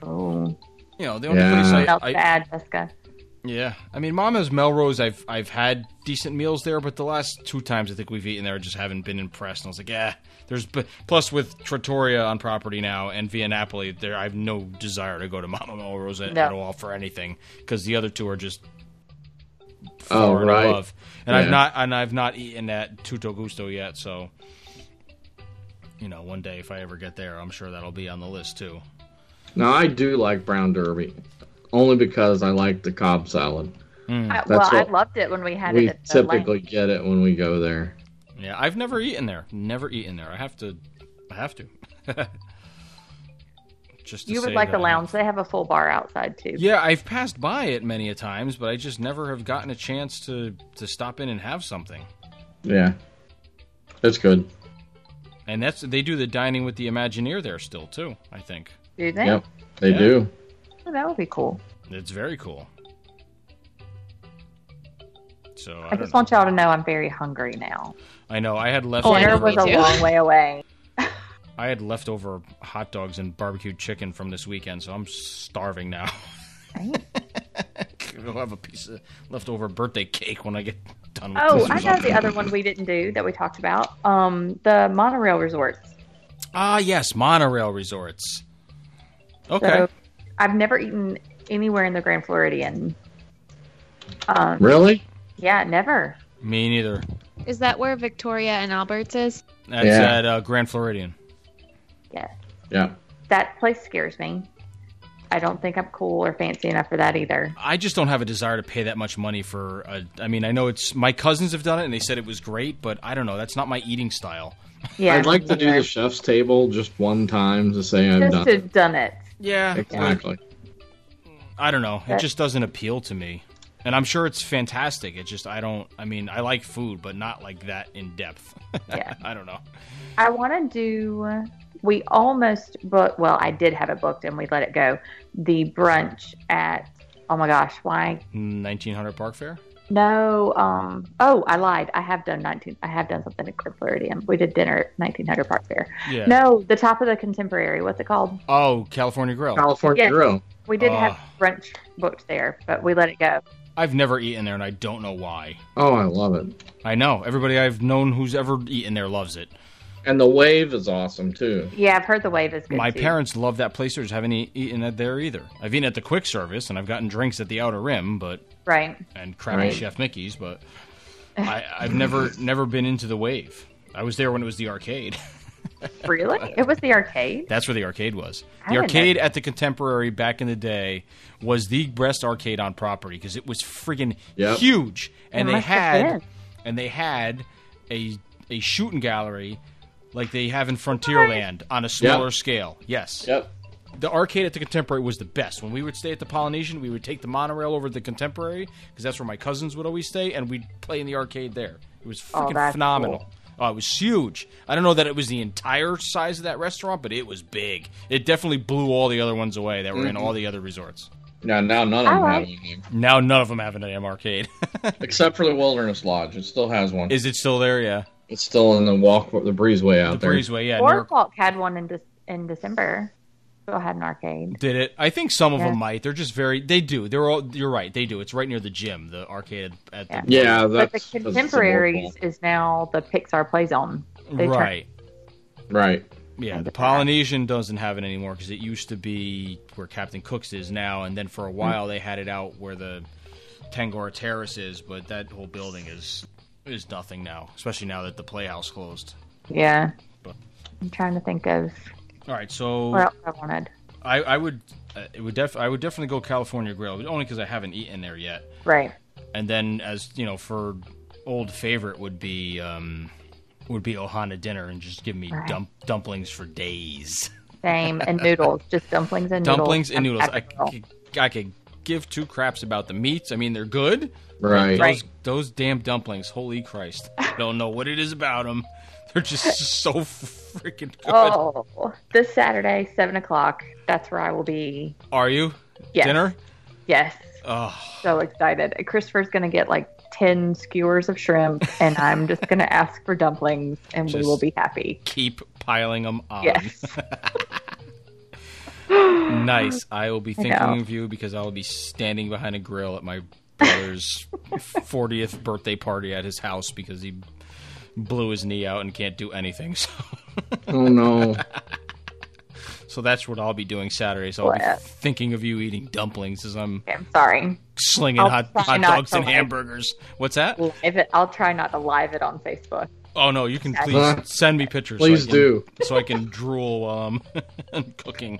Speaker 3: Oh,
Speaker 2: You know, the only
Speaker 4: Yeah.
Speaker 2: place
Speaker 3: felt
Speaker 2: I, I
Speaker 3: bad, Jessica.
Speaker 2: Yeah, I mean, Mama's Melrose. I've I've had decent meals there, but the last two times I think we've eaten there, I just haven't been impressed. And I was like, yeah, there's b-. plus with Trattoria on property now and Via Napoli, there I have no desire to go to Mama Melrose at,
Speaker 3: No.
Speaker 2: at all for anything because the other two are just
Speaker 4: Oh,
Speaker 2: far and
Speaker 4: right.
Speaker 2: above. And I've
Speaker 4: Yeah.
Speaker 2: not and I've not eaten at Tutto Gusto yet, so you know, one day if I ever get there, I'm sure that'll be on the list too.
Speaker 4: Now I do like brown derby, only because I like the cob salad.
Speaker 2: Mm.
Speaker 3: I, well,
Speaker 4: That's
Speaker 3: I
Speaker 4: what
Speaker 3: loved it when we had
Speaker 4: We
Speaker 3: it at the
Speaker 4: typically
Speaker 3: lounge.
Speaker 4: get it when we go there.
Speaker 2: Yeah, I've never eaten there. Never eaten there. I have to. I have to. just to
Speaker 3: You
Speaker 2: say
Speaker 3: would like
Speaker 2: that
Speaker 3: the
Speaker 2: I
Speaker 3: lounge.
Speaker 2: have.
Speaker 3: They have a full bar outside too.
Speaker 2: Yeah, I've passed by it many a times, but I just never have gotten a chance to to stop in and have something.
Speaker 4: Yeah, it's good.
Speaker 2: And that's they do the dining with the Imagineer there still too. I think
Speaker 3: Do they?
Speaker 4: Yep, they
Speaker 2: Yeah.
Speaker 4: do.
Speaker 3: Oh, that would be cool.
Speaker 2: it's very cool. So I,
Speaker 3: I,
Speaker 2: don't
Speaker 3: just
Speaker 2: know.
Speaker 3: want y'all to know I'm very hungry now.
Speaker 2: I know I had
Speaker 5: Oh,
Speaker 2: leftover.
Speaker 5: I
Speaker 3: Dinner
Speaker 5: know,
Speaker 3: was
Speaker 5: me
Speaker 3: a
Speaker 5: too.
Speaker 3: long way away.
Speaker 2: I had leftover hot dogs and barbecued chicken from this weekend, so I'm starving now. I'll have a piece of leftover birthday cake when I get done with
Speaker 3: Oh,
Speaker 2: this. or
Speaker 3: I know
Speaker 2: something.
Speaker 3: the other one we didn't do that we talked about. Um, the monorail resorts.
Speaker 2: Ah, yes, monorail resorts. Okay.
Speaker 3: So I've never eaten anywhere in the Grand Floridian. Um,
Speaker 4: Really?
Speaker 3: yeah, never.
Speaker 2: Me neither.
Speaker 5: Is that where Victoria and Albert's is?
Speaker 2: That's
Speaker 4: Yeah.
Speaker 2: at uh, Grand Floridian.
Speaker 3: Yes.
Speaker 4: Yeah.
Speaker 3: That place scares me. I don't think I'm cool or fancy enough for that either.
Speaker 2: I just don't have a desire to pay that much money for. A, I mean, I know it's my cousins have done it and they said it was great, but I don't know. That's not my eating style.
Speaker 3: Yeah,
Speaker 4: I'd like to do
Speaker 3: neither.
Speaker 4: the chef's table just one time to say
Speaker 3: Just
Speaker 4: I've done
Speaker 3: to
Speaker 4: it.
Speaker 3: have done it.
Speaker 2: Yeah,
Speaker 4: Exactly.
Speaker 2: I don't know. It
Speaker 3: That-
Speaker 2: just doesn't appeal to me. And I'm sure it's fantastic. It just I don't I mean, I like food, but not like that in depth.
Speaker 3: Yeah.
Speaker 2: I don't know.
Speaker 3: I want to do. We almost booked. Well, I did have it booked, and we let it go. The brunch at. Oh my gosh, why?
Speaker 2: 1900 Park Fair?
Speaker 3: No. Um. Oh, I lied. I have done nineteen. I have done something at Grand Floridian. We did dinner at nineteen hundred Park Fair.
Speaker 2: Yeah.
Speaker 3: No, the top of the Contemporary. What's it called?
Speaker 2: Oh, California Grill.
Speaker 4: California
Speaker 3: Yes.
Speaker 4: Grill.
Speaker 3: We did
Speaker 2: Ah.
Speaker 3: have brunch booked there, but we let it go.
Speaker 2: I've never eaten there and I don't know why.
Speaker 4: Oh, I love it.
Speaker 2: I know. Everybody I've known who's ever eaten there loves it.
Speaker 4: And the wave is awesome too.
Speaker 3: Yeah, I've heard the wave is good.
Speaker 2: My
Speaker 3: too.
Speaker 2: parents love that place or just haven't e- eaten it there either. I've eaten at the quick service and I've gotten drinks at the outer rim, but
Speaker 3: Right.
Speaker 2: and crappy
Speaker 4: Right.
Speaker 2: Chef Mickey's, but I, I've never never been into the wave. I was there when it was the arcade.
Speaker 3: Really? It was the arcade.
Speaker 2: That's where the arcade was.
Speaker 3: I
Speaker 2: The
Speaker 3: didn't
Speaker 2: arcade at the Contemporary back in the day was the best arcade on property because it was friggin'
Speaker 4: Yep.
Speaker 2: huge, and
Speaker 3: It
Speaker 2: they
Speaker 3: must have
Speaker 2: had
Speaker 3: been.
Speaker 2: and they had a a shooting gallery like they have in Frontierland on a smaller scale. Yes,
Speaker 4: Yep.
Speaker 2: the arcade at the Contemporary was the best. When we would stay at the Polynesian, we would take the monorail over to the Contemporary because that's where my cousins would always stay, and we'd play in the arcade there. It was freaking
Speaker 3: that's
Speaker 2: phenomenal. Oh, it was huge. I don't know that it was the entire size of that restaurant, but it was big. It definitely blew all the other ones away that were in
Speaker 3: Mm-hmm.
Speaker 2: all the other resorts.
Speaker 4: Yeah, now none of them
Speaker 3: All
Speaker 4: have
Speaker 3: right.
Speaker 4: anything.
Speaker 2: Now none of them have an AM arcade.
Speaker 4: Except for the Wilderness Lodge. It still has one.
Speaker 2: Is it still there? Yeah,
Speaker 4: It's still in the walk the breezeway out
Speaker 2: the
Speaker 4: there.
Speaker 2: breezeway. Yeah, near-
Speaker 3: Boardwalk had one in De- in December, Nashville had an arcade.
Speaker 2: Did it? I think some of
Speaker 3: Yeah.
Speaker 2: them might. They're just very. They do. They're all. You're right. They do. It's right near the gym, the arcade at the.
Speaker 4: Yeah,
Speaker 3: But
Speaker 4: that's
Speaker 3: the
Speaker 4: that's a
Speaker 3: contemporaries
Speaker 4: simple
Speaker 3: is now the Pixar Play Zone. They turned-
Speaker 2: right.
Speaker 4: one. Right.
Speaker 2: Yeah,
Speaker 3: And
Speaker 2: the
Speaker 3: the back.
Speaker 2: Polynesian doesn't have it anymore because it used to be where Captain Cook's is now, and then for
Speaker 3: Hmm.
Speaker 2: a while they had it out where the Tangor Terrace is, but that whole building is is nothing now, especially now that the Playhouse closed.
Speaker 3: Yeah.
Speaker 2: But-
Speaker 3: I'm trying to think of
Speaker 2: All right, so
Speaker 3: what else I wanted.
Speaker 2: I, I would uh, it would def- I would definitely go California Grill, but only because I haven't eaten there yet.
Speaker 3: Right.
Speaker 2: And then as you know, for old favorite would be um, would be Ohana dinner, and just give me
Speaker 3: Right.
Speaker 2: dump- dumplings for days.
Speaker 3: Same. And noodles. Just dumplings and noodles.
Speaker 2: dumplings and
Speaker 3: I'm
Speaker 2: noodles. I
Speaker 3: happy girl.
Speaker 2: could, I could give two craps about the meats. I mean, they're good.
Speaker 4: Right.
Speaker 2: Those, those damn dumplings, holy Christ! I don't know what it is about them. They're just so freaking good.
Speaker 3: Oh, this Saturday, 7 o'clock. That's where I will be.
Speaker 2: Are you
Speaker 3: Yes.
Speaker 2: dinner?
Speaker 3: Yes.
Speaker 2: Oh,
Speaker 3: So excited. Christopher's going to get like 10 skewers of shrimp, and I'm just going to ask for dumplings, and we
Speaker 2: Just-
Speaker 3: will be happy.
Speaker 2: keep piling them on.
Speaker 3: Yes.
Speaker 2: Nice. I will be
Speaker 3: I know.
Speaker 2: thinking of you because I will be standing behind a grill at my brother's 40th birthday party at his house because he blew his knee out and can't do anything. So,
Speaker 4: Oh no.
Speaker 2: so that's what I'll be doing Saturday. So I'll
Speaker 3: Bless.
Speaker 2: be thinking of you eating dumplings as I'm
Speaker 3: Okay, I'm sorry.
Speaker 2: slinging
Speaker 3: I'll
Speaker 2: hot,
Speaker 3: try
Speaker 2: hot
Speaker 3: not
Speaker 2: dogs
Speaker 3: to
Speaker 2: and
Speaker 3: like-
Speaker 2: hamburgers. What's that?
Speaker 3: Live it, I'll try not to live it on Facebook.
Speaker 2: Oh, no. You can
Speaker 3: Exactly.
Speaker 2: please
Speaker 4: Uh,
Speaker 2: send me pictures. so I
Speaker 4: Please
Speaker 2: can-
Speaker 4: do.
Speaker 2: So I can drool while I'm cooking.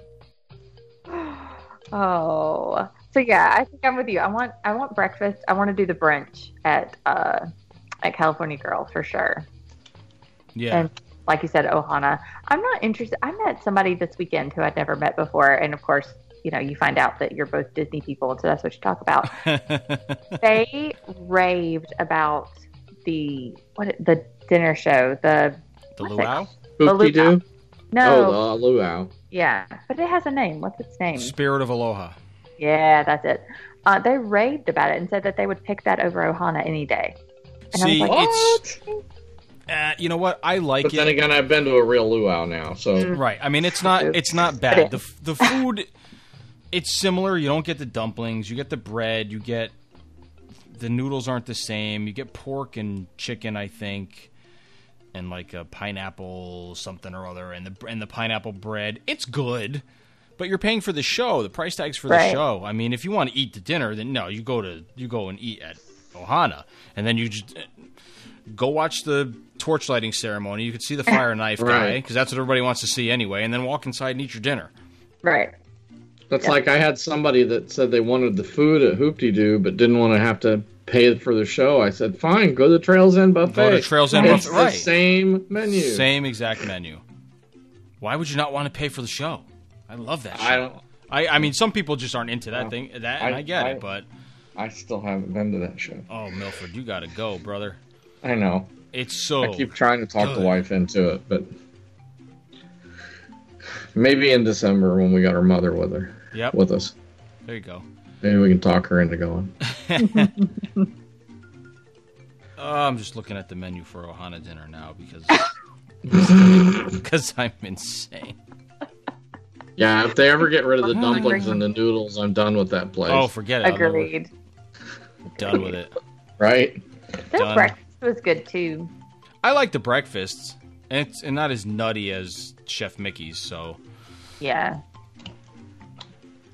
Speaker 3: Oh, so yeah, I think I'm with you. I want I want breakfast. I want to do the brunch at uh at California Girl for sure.
Speaker 2: Yeah.
Speaker 3: And like you said, Ohana. I'm not interested. I met somebody this weekend who I'd never met before, and of course, you know, you find out that you're both Disney people, so that's what you talk about. they raved about the what it- the dinner show. The
Speaker 2: the luau?
Speaker 4: Boopty doo.
Speaker 3: no,
Speaker 4: Oh, the luau.
Speaker 3: yeah, but it has a name. What's its name?
Speaker 2: Spirit of Aloha.
Speaker 3: Yeah, that's it. Uh, they raved about it and said that they would pick that over Ohana any day. And I was
Speaker 2: See,
Speaker 3: like,
Speaker 2: it's. Uh, you know what? I like
Speaker 4: But
Speaker 2: it.
Speaker 4: then again, I've been to a real luau now, so
Speaker 2: Right. I mean, it's not it's not bad. The the food it's similar. You don't get the dumplings, you get the bread, you get the noodles aren't the same. You get pork and chicken, I think, and like a pineapple something or other and the and the pineapple bread. It's good. But you're paying for the show, the price tags for the
Speaker 3: Right.
Speaker 2: show. I mean, if you want to eat the dinner, then no, you go to you go and eat at Ohana, and then you just go watch the torch lighting ceremony. You could see the fire knife guy
Speaker 4: Right.
Speaker 2: because that's what everybody wants to see anyway, and then walk inside and eat your dinner.
Speaker 3: right.
Speaker 4: that's
Speaker 3: Yeah.
Speaker 4: like I had somebody that said they wanted the food at Hoopty Doo, but didn't want to have to pay for the show. I said, fine, go to the Trails End Buffet.
Speaker 2: Go to Trails End
Speaker 4: It's
Speaker 2: Buffet, right?
Speaker 4: the same menu.
Speaker 2: Same exact menu. Why would you not want to pay for the show? I love that. Show.
Speaker 4: I don't.
Speaker 2: I, I mean, some people just aren't into that
Speaker 4: No.
Speaker 2: thing. That and I,
Speaker 4: I-
Speaker 2: get
Speaker 4: I-
Speaker 2: it, but
Speaker 4: I still haven't been to that show.
Speaker 2: oh, Milford, you gotta go, brother.
Speaker 4: I know.
Speaker 2: It's so.
Speaker 4: I keep trying to talk
Speaker 2: good.
Speaker 4: the wife into it, but maybe in December when we got her mother with her
Speaker 2: Yep.
Speaker 4: with us,
Speaker 2: There you go.
Speaker 4: maybe we can talk her into going.
Speaker 2: Uh, I'm just looking at the menu for Ohana dinner now because because I'm insane.
Speaker 4: Yeah, if they ever get rid of the
Speaker 3: I'm hungry.
Speaker 4: dumplings and the noodles, I'm done with that place.
Speaker 2: Oh, forget it. I'm never
Speaker 3: Agreed.
Speaker 2: done with it.
Speaker 4: right?
Speaker 3: Their
Speaker 2: done.
Speaker 3: breakfast was good too.
Speaker 2: I like the breakfasts, and it's and not as nutty as Chef Mickey's, so
Speaker 3: Yeah.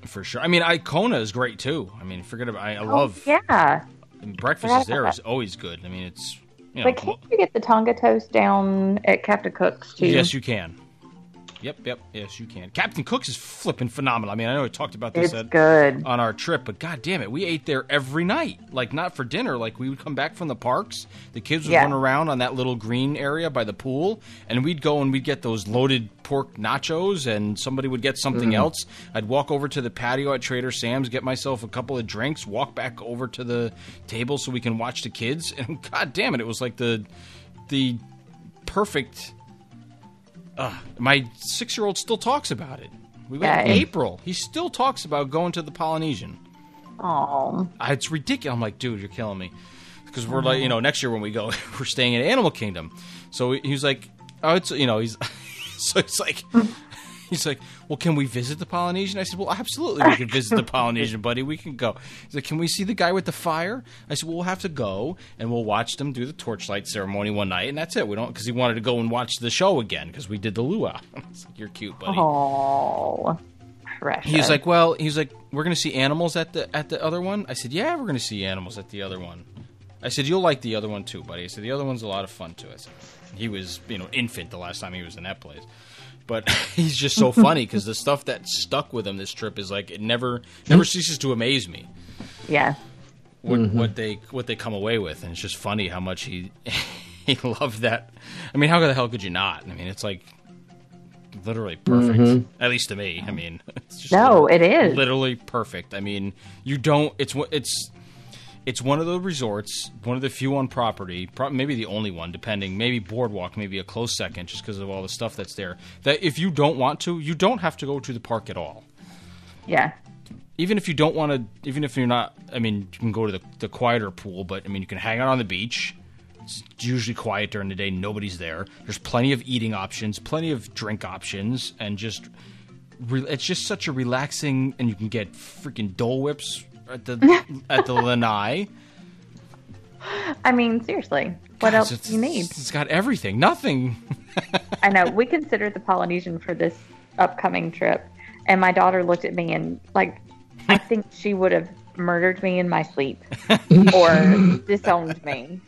Speaker 2: for sure. I mean, Icona is great too. I mean, forget about. I, I love
Speaker 3: Oh, yeah.
Speaker 2: and breakfast
Speaker 3: Forgot
Speaker 2: is there
Speaker 3: about
Speaker 2: is always good. I mean, it's you know.
Speaker 3: But can't you get the Tonga toast down at Captain Cook's too?
Speaker 2: Yes, you can. Yep, yep, yes, you can. Captain Cook's is flipping phenomenal. I mean, I know we talked about this
Speaker 3: it's
Speaker 2: at,
Speaker 3: good.
Speaker 2: on our trip, but god damn it, we ate there every night. Like not for dinner, like we would come back from the parks, the kids would
Speaker 3: Yeah.
Speaker 2: run around on that little green area by the pool, and we'd go and we'd get those loaded pork nachos and somebody would get something
Speaker 3: Mm.
Speaker 2: else. I'd walk over to the patio at Trader Sam's, get myself a couple of drinks, walk back over to the table so we can watch the kids, and god damn it, it was like the the perfect Ugh, my six year old still talks about it. We went in
Speaker 3: Yeah, it-
Speaker 2: April. He still talks about going to the Polynesian.
Speaker 3: Oh,
Speaker 2: I- It's ridiculous. I'm like, dude, you're killing me. Because we're like, you know, next year when we go, we're staying in Animal Kingdom. So he was like, oh, it's, you know, he's, so it's like, he's like, "Well, can we visit the Polynesian?" I said, "Well, absolutely, we can visit the Polynesian, buddy. We can go." He's like, "Can we see the guy with the fire?" I said, "Well, we'll have to go and we'll watch them do the torchlight ceremony one night, and that's it. We don't because he wanted to go and watch the show again because we did the luau." I was like, "You're cute, buddy."
Speaker 3: Oh, precious.
Speaker 2: He was like, "Well, he was like, we're gonna see animals at the at the other one." I said, "Yeah, we're gonna see animals at the other one." I said, "You'll like the other one too, buddy." I said, "The other one's a lot of fun too." I said, "He was, you know, infant the last time he was in that place." But he's just so funny because the stuff that stuck with him this trip is like it never never ceases to amaze me
Speaker 3: yeah.
Speaker 2: what
Speaker 3: Mm-hmm.
Speaker 2: what they what they come away with, and it's just funny how much he he loved that. I mean, how the hell could you not? I mean, it's like literally perfect, at least to me. I mean, it's just
Speaker 3: Mm-hmm. No,
Speaker 2: literally-
Speaker 3: it is.
Speaker 2: literally perfect. I mean, you don't. It's one- it's it's one of the resorts, one of the few on property, prob- maybe the only one, depending. Maybe Boardwalk, maybe a close second, just because of all the stuff that's there. That if you don't want to, you don't have to go to the park at all
Speaker 3: Yeah.
Speaker 2: even if you don't want to, even if you're not, I mean, you can go to the, the quieter pool, but I mean, you can hang out on the beach. It's usually quiet during the day, nobody's there. There's plenty of eating options, plenty of drink options, and just re- it's just such a relaxing, and you can get freaking Dole Whips at the at the Lanai.
Speaker 3: I mean, seriously, what
Speaker 2: Guys,
Speaker 3: else
Speaker 2: it's-
Speaker 3: do you need?
Speaker 2: It's got everything. Nothing.
Speaker 3: I know. We considered the Polynesian for this upcoming trip, and my daughter looked at me and, like, I think she would have murdered me in my sleep or disowned me.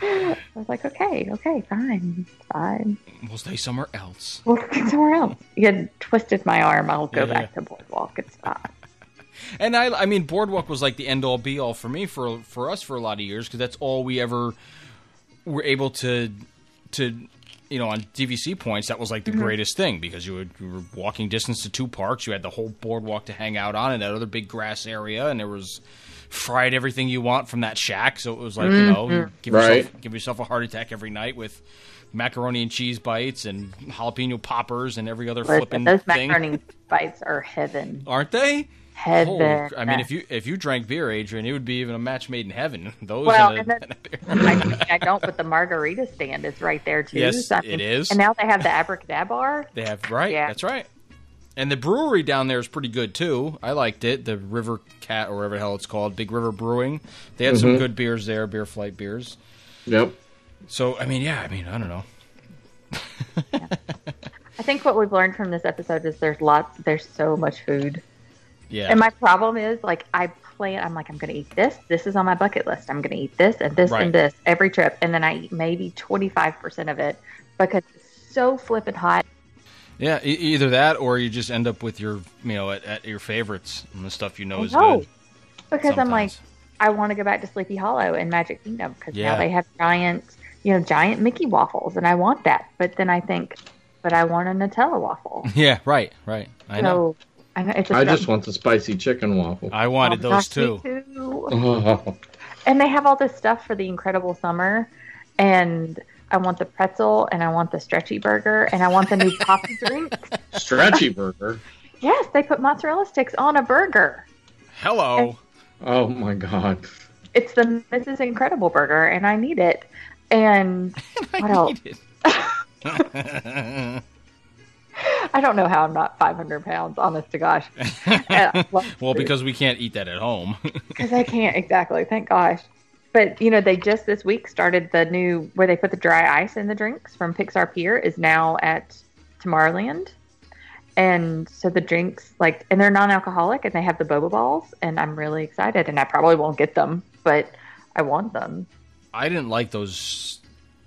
Speaker 3: I was like, okay, okay, fine, fine.
Speaker 2: We'll stay somewhere else.
Speaker 3: We'll get somewhere else. You had twisted my arm. I'll go
Speaker 2: Yeah,
Speaker 3: back
Speaker 2: yeah.
Speaker 3: to Boardwalk. It's fine.
Speaker 2: And I, I mean, Boardwalk was like the end all be all for me for for us for a lot of years because that's all we ever were able to to you know on DVC points. That was like the
Speaker 3: Mm-hmm.
Speaker 2: greatest thing because you, would, you were walking distance to two parks. You had the whole Boardwalk to hang out on and that other big grass area, and there was fried everything you want from that shack. So it was like you know,
Speaker 3: Mm-hmm.
Speaker 2: you give yourself
Speaker 4: Right.
Speaker 2: give yourself a heart attack every night with. Macaroni and cheese bites and jalapeno poppers and every other
Speaker 3: Listen,
Speaker 2: flipping
Speaker 3: those
Speaker 2: thing,
Speaker 3: macaroni bites are heaven.
Speaker 2: aren't they?
Speaker 3: Heaven.
Speaker 2: Oh, I mean, if you if you drank beer, Adrian, it would be even a match made in heaven. Those and
Speaker 3: Well,
Speaker 2: a,
Speaker 3: and then-
Speaker 2: and a beer.
Speaker 3: I, mean, I don't, but the margarita stand is right there too.
Speaker 2: Yes,
Speaker 3: I
Speaker 2: it is.
Speaker 3: And now they have the abracadabra.
Speaker 2: They have right.
Speaker 3: Yeah.
Speaker 2: That's right. And the brewery down there is pretty good too. I liked it. The River Cat or whatever the hell it's called, Big River Brewing. They had some good beers there, beer flight beers.
Speaker 4: Yep.
Speaker 2: So I mean, yeah, I mean, I don't know.
Speaker 3: I think what we've learned from this episode is there's lots, there's so much food.
Speaker 2: Yeah.
Speaker 3: And my problem is like I plan. I'm like I'm going to eat this. This is on my bucket list. I'm going to eat this and this
Speaker 2: Right.
Speaker 3: and this every trip, and then I eat maybe 25 percent of it because it's so flippin' hot.
Speaker 2: yeah. E- either that or you just end up with your you know at, at your favorites and the stuff you know is
Speaker 3: No,
Speaker 2: good.
Speaker 3: because I'm like
Speaker 2: sometimes.
Speaker 3: I want to go back to Sleepy Hollow and Magic Kingdom because
Speaker 2: Yeah.
Speaker 3: now they have giant, you know, giant Mickey waffles, and I want that. But then I think, but I want a Nutella waffle.
Speaker 2: yeah, right, right. I know.
Speaker 3: So I know it's a
Speaker 4: I just want the spicy chicken waffle.
Speaker 2: I wanted those too.
Speaker 3: oh, too.
Speaker 4: Oh,
Speaker 3: And they have all this stuff for the incredible summer, and I want the pretzel, and I want the stretchy burger, and I want the new coffee drink.
Speaker 4: stretchy burger.
Speaker 3: Yes, they put mozzarella sticks on a burger.
Speaker 2: Hello.
Speaker 4: Oh my god.
Speaker 3: It's the Mrs. Incredible burger, and I need it. And what else?
Speaker 2: it.
Speaker 3: I don't know how I'm not 500 pounds, honest to gosh.
Speaker 2: Well, because we can't eat that at home.
Speaker 3: because I can't exactly. Thank gosh. But you know, they just this week started the new where they put the dry ice in the drinks from Pixar Pier is now at Tomorrowland, and so the drinks like and they're non-alcoholic and they have the boba balls and I'm really excited and I probably won't get them, but I want them.
Speaker 2: I didn't like those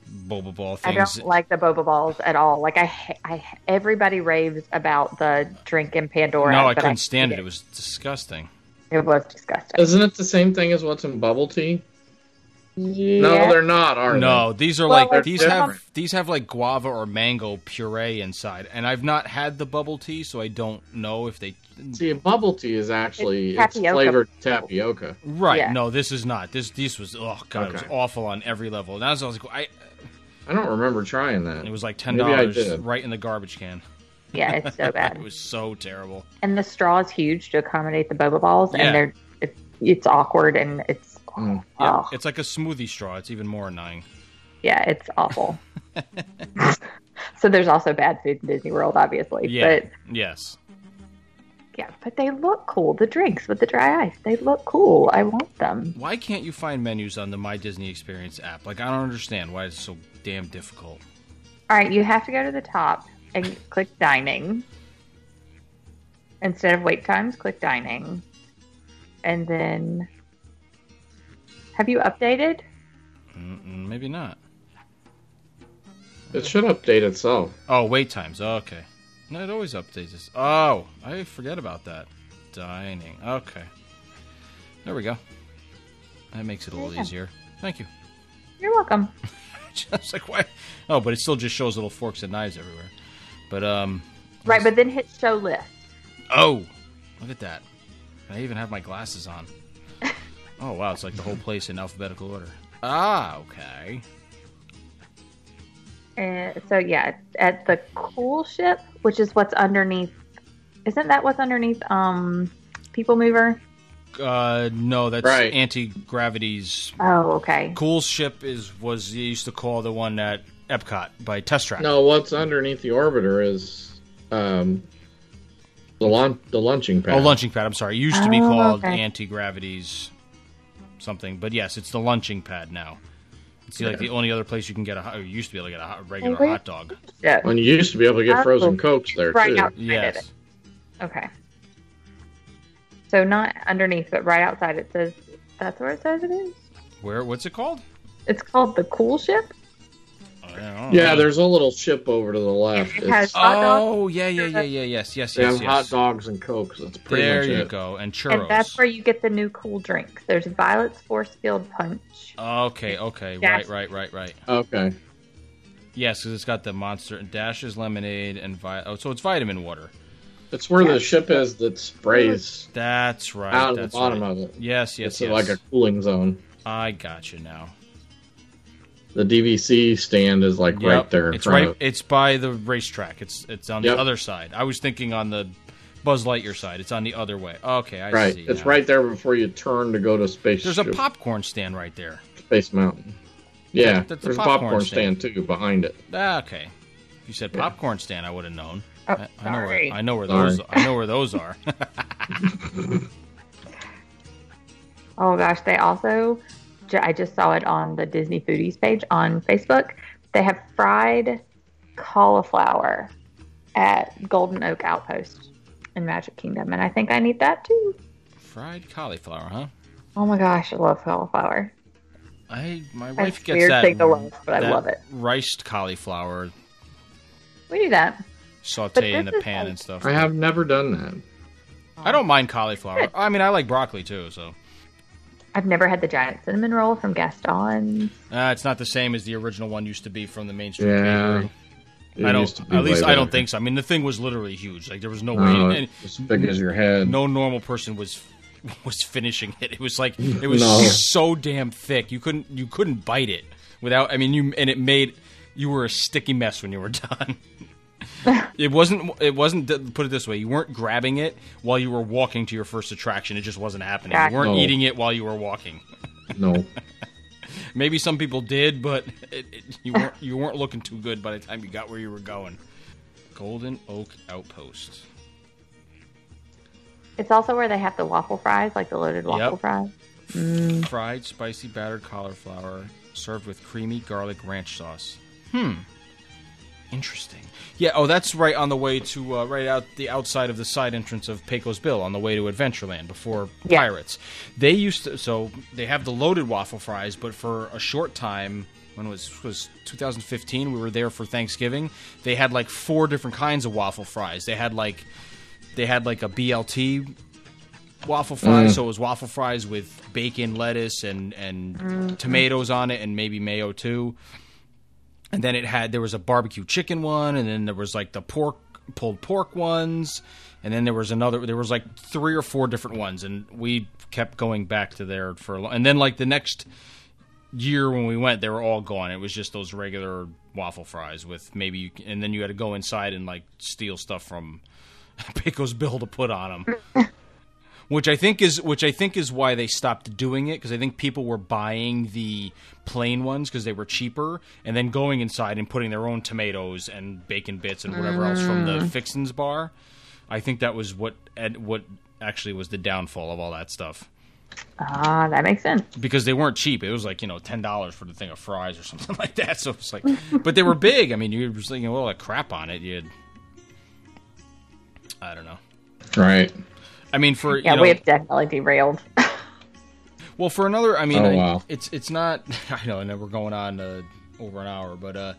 Speaker 2: boba ball
Speaker 3: I
Speaker 2: things.
Speaker 3: don't like the boba balls at all. Like I, ha- I ha- everybody raves about the drink in Pandora.
Speaker 2: no, I
Speaker 3: but
Speaker 2: couldn't stand it.
Speaker 3: hate
Speaker 2: It was disgusting.
Speaker 3: It was disgusting.
Speaker 4: Isn't it the same thing as what's in bubble tea?
Speaker 3: yeah.
Speaker 4: No, they're not, are
Speaker 2: No, these are
Speaker 3: Well,
Speaker 2: like
Speaker 3: they're
Speaker 2: these have
Speaker 4: different.
Speaker 2: these have like guava or mango puree inside, and I've not had the bubble tea, so I don't know if they.
Speaker 4: they? See, bubble tea is actually
Speaker 3: It's
Speaker 4: it's,
Speaker 3: tapioca.
Speaker 4: flavored tapioca.
Speaker 2: Right?
Speaker 3: Yeah.
Speaker 2: No, this is not. This this was oh god, it was
Speaker 4: Okay.
Speaker 2: awful on every level. And as I was like, I
Speaker 4: I don't remember trying
Speaker 2: it
Speaker 4: that.
Speaker 2: was like ten
Speaker 4: Maybe I
Speaker 2: dollars
Speaker 4: did.
Speaker 2: right in the garbage can.
Speaker 3: yeah, it's so bad.
Speaker 2: It was so terrible.
Speaker 3: and the straw is huge to accommodate the boba balls,
Speaker 2: Yeah.
Speaker 3: and they're it, it's awkward and it's
Speaker 4: Mm.
Speaker 2: Yeah,
Speaker 3: oh,
Speaker 2: it's like a smoothie straw. It's even more annoying.
Speaker 3: yeah. Yeah, it's awful. so there's also bad food in Disney World, obviously.
Speaker 2: Yeah.
Speaker 3: But
Speaker 2: yes.
Speaker 3: yeah, but they look cool. The drinks with the dry ice, they look cool. I want them.
Speaker 2: Why can't you find menus on the My Disney Experience app? Like, I don't understand why it's so damn difficult.
Speaker 3: All right, you have to go to the top and click dining. Instead of wait times, click dining. And then have you updated?
Speaker 2: Mm-mm, maybe not.
Speaker 4: It should update itself.
Speaker 2: Oh, wait times. Oh, okay. No, it always updates. This. Oh, I forget about that. Dining. Okay. There we go. That makes it a little
Speaker 3: Yeah.
Speaker 2: easier. Thank you.
Speaker 3: You're welcome.
Speaker 2: just like why? Oh, but it still just shows little forks and knives everywhere. But um.
Speaker 3: Right, but then hit show list.
Speaker 2: Oh, look at that! I even have my glasses on. Oh wow, it's like the whole place in alphabetical order. Ah, okay.
Speaker 3: Uh, so yeah, it's at the cool ship, which is what's underneath. Isn't that what's underneath? Um, people mover.
Speaker 2: Uh, no, that's
Speaker 4: Right.
Speaker 2: anti gravity's
Speaker 3: Oh, okay.
Speaker 2: cool ship is was they used to call the one at Epcot by Test Track.
Speaker 4: No, what's underneath the orbiter is um, the launch, the launching pad.
Speaker 2: Oh, lunching pad. I'm sorry. It used to be
Speaker 3: Oh,
Speaker 2: called
Speaker 3: okay.
Speaker 2: anti gravity's something, but yes, it's the lunching pad now. It's like the only other place you can get a. hot- Or it used to be able to get a hot, regular
Speaker 3: where-
Speaker 2: hot dog.
Speaker 3: Ship.
Speaker 4: And you used to be able to get frozen cokes there
Speaker 3: Oh. right
Speaker 4: too.
Speaker 3: outside of
Speaker 2: Yes.
Speaker 3: it. Okay. So not underneath, but right outside. It says that's where it says it is.
Speaker 2: Where? What's it called?
Speaker 3: It's called the cool ship.
Speaker 2: I don't know.
Speaker 4: Yeah, there's a little ship over to the left.
Speaker 3: It
Speaker 4: It's-
Speaker 3: has hot dogs,
Speaker 2: Oh yeah, yeah, yeah, yeah. Yes, yes,
Speaker 4: they
Speaker 2: yes,
Speaker 4: have hot
Speaker 2: yes.
Speaker 4: dogs and cokes. That's pretty
Speaker 2: There
Speaker 4: much
Speaker 2: you
Speaker 4: it.
Speaker 2: go, and churros.
Speaker 3: and that's where you get the new cool drinks. There's Violet's Force Field Punch.
Speaker 2: Okay, okay,
Speaker 3: Yes.
Speaker 2: right, right, right, right.
Speaker 4: Okay.
Speaker 2: Yes, because it's got the monster dashes lemonade and vi- oh, so it's vitamin water.
Speaker 4: It's where the ship is that sprays
Speaker 2: That's right.
Speaker 4: out of the
Speaker 2: that's
Speaker 4: bottom
Speaker 2: right.
Speaker 4: of it.
Speaker 2: Yes, yes,
Speaker 4: it's
Speaker 2: yes.
Speaker 4: like a cooling zone.
Speaker 2: I got you now.
Speaker 4: The DVC stand is like right
Speaker 2: Yep,
Speaker 4: there in
Speaker 2: It's
Speaker 4: front
Speaker 2: right.
Speaker 4: of it.
Speaker 2: It's by the racetrack. It's it's on
Speaker 4: Yep.
Speaker 2: the other side. I was thinking on the Buzz Lightyear side. It's on the other way. Okay, I
Speaker 4: Right.
Speaker 2: see.
Speaker 4: It's
Speaker 2: now.
Speaker 4: right there before you turn to go to space.
Speaker 2: There's a popcorn stand right there.
Speaker 4: Space Mountain. Yeah,
Speaker 2: That's a
Speaker 4: there's a
Speaker 2: popcorn
Speaker 4: popcorn, stand. too behind it.
Speaker 2: Ah, okay. If you said popcorn stand, I would have known.
Speaker 3: Oh,
Speaker 2: I, I know where
Speaker 3: sorry.
Speaker 2: I know where
Speaker 4: Sorry.
Speaker 2: those I know where those are.
Speaker 3: Oh gosh, they also, ju- I just saw it on the Disney Foodies page on Facebook. They have fried cauliflower at Golden Oak Outpost in Magic Kingdom, and I think I need that too.
Speaker 2: Fried cauliflower, huh?
Speaker 3: Oh my gosh, I love cauliflower.
Speaker 2: I my wife
Speaker 3: a
Speaker 2: gets
Speaker 3: weird
Speaker 2: that,
Speaker 3: thing to love, but I
Speaker 2: that
Speaker 3: love it.
Speaker 2: Riced cauliflower
Speaker 3: We do that.
Speaker 2: saute in
Speaker 3: this
Speaker 2: the
Speaker 3: is
Speaker 2: pan
Speaker 3: like-
Speaker 2: and stuff.
Speaker 4: I have never done that.
Speaker 2: I don't mind cauliflower. I mean, I like broccoli too, so
Speaker 3: I've never had the giant cinnamon roll from Gaston's.
Speaker 2: uh, it's not the same as the original one used to be from the mainstream
Speaker 4: Yeah.
Speaker 2: bakery.
Speaker 4: It
Speaker 2: I
Speaker 4: used
Speaker 2: don't.
Speaker 4: to be
Speaker 2: At least
Speaker 4: way
Speaker 2: I don't
Speaker 4: better.
Speaker 2: think so. I mean, the thing was literally huge. Like there was no,
Speaker 4: No,
Speaker 2: way. And
Speaker 4: it's as big as your head.
Speaker 2: no normal person was was finishing it. It was like it was
Speaker 4: No.
Speaker 2: so damn thick. You couldn't you couldn't bite it without. I mean, you and it made you were a sticky mess when you were done. it wasn't it wasn't put it this way. You weren't grabbing it while you were walking to your first attraction. It just wasn't happening. You weren't
Speaker 4: No.
Speaker 2: eating it while you were walking.
Speaker 4: No.
Speaker 2: Maybe some people did, but it, it, you weren't you weren't looking too good by the time you got where you were going. Golden Oak Outpost.
Speaker 3: It's also where they have the waffle fries, like the loaded waffle
Speaker 2: Yep.
Speaker 3: fries.
Speaker 2: Fried, spicy, battered cauliflower served with creamy garlic ranch sauce. Hmm. Interesting. Yeah. Oh, that's right on the way to uh, right out the outside of the side entrance of Pecos Bill on the way to Adventureland before
Speaker 3: Yeah.
Speaker 2: Pirates. They used to so they have the loaded waffle fries, but for a short time when was was 2015 we were there for Thanksgiving. They had like four different kinds of waffle fries. They had like they had like a BLT waffle fries, so it was waffle fries with bacon, lettuce, and and tomatoes on it, and maybe mayo too. And then it had there was a barbecue chicken one, and then there was like the pork pulled pork ones, and then there was another. There was like three or four different ones, and we kept going back to there for a long. And then like the next year when we went, they were all gone. It was just those regular waffle fries with maybe, you, and then you had to go inside and like steal stuff from Pecos Bill to put on them. which I think is which I think is why they stopped doing it because I think people were buying the plain ones because they were cheaper, and then going inside and putting their own tomatoes and bacon bits and whatever else from the
Speaker 3: Mm.
Speaker 2: fixins bar. I think that was what ed, what actually was the downfall of all that stuff
Speaker 3: Ah, that makes sense.
Speaker 2: because they weren't cheap. It was like you know ten dollars for the thing of fries or something like that. So it's like, but they were big. I mean, you were just thinking, well, that crap on it. You'd, I don't know.
Speaker 4: Right.
Speaker 2: I mean, for
Speaker 3: Yeah,
Speaker 2: you know,
Speaker 3: we have definitely derailed.
Speaker 2: Well, for another, I mean,
Speaker 4: Oh,
Speaker 2: I-
Speaker 4: wow.
Speaker 2: it's it's not. I know, and then we're going on uh, over an hour, but uh,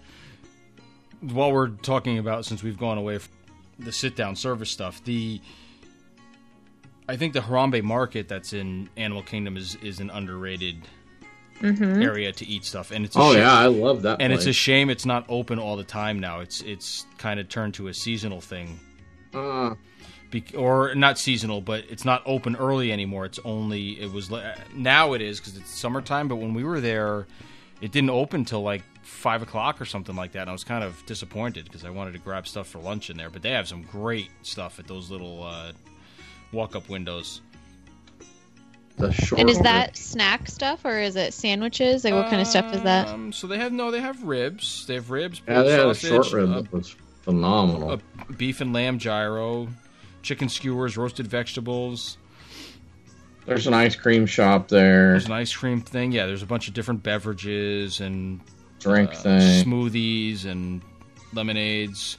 Speaker 2: while we're talking about since we've gone away from the sit down service stuff, the I think the Harambe market that's in Animal Kingdom is is an underrated area to eat stuff, and it's a
Speaker 4: Oh
Speaker 2: shame-
Speaker 4: yeah, I love that.
Speaker 2: and it's a
Speaker 4: place.
Speaker 2: shame it's not open all the time now. It's it's kind of turned to a seasonal thing
Speaker 4: Uh,
Speaker 2: be- or not seasonal, but it's not open early anymore. It's only it was le- now it is because it's summertime. But when we were there, it didn't open till like five o'clock or something like that. And I was kind of disappointed because I wanted to grab stuff for lunch in there. But they have some great stuff at those little uh, walk-up windows.
Speaker 4: the short.
Speaker 5: And is
Speaker 4: one.
Speaker 5: that snack stuff or is it sandwiches? Like what kind of stuff is that?
Speaker 2: Um, so they have no, they have ribs. They have ribs.
Speaker 4: Yeah, they had a
Speaker 2: sausage,
Speaker 4: short rib
Speaker 2: uh,
Speaker 4: that was phenomenal.
Speaker 2: a beef and lamb gyro, chicken skewers, roasted vegetables.
Speaker 4: There's an ice cream shop there,
Speaker 2: There's an ice cream thing. Yeah, there's a bunch of different beverages and
Speaker 4: drink
Speaker 2: uh,
Speaker 4: thing.
Speaker 2: smoothies and lemonades,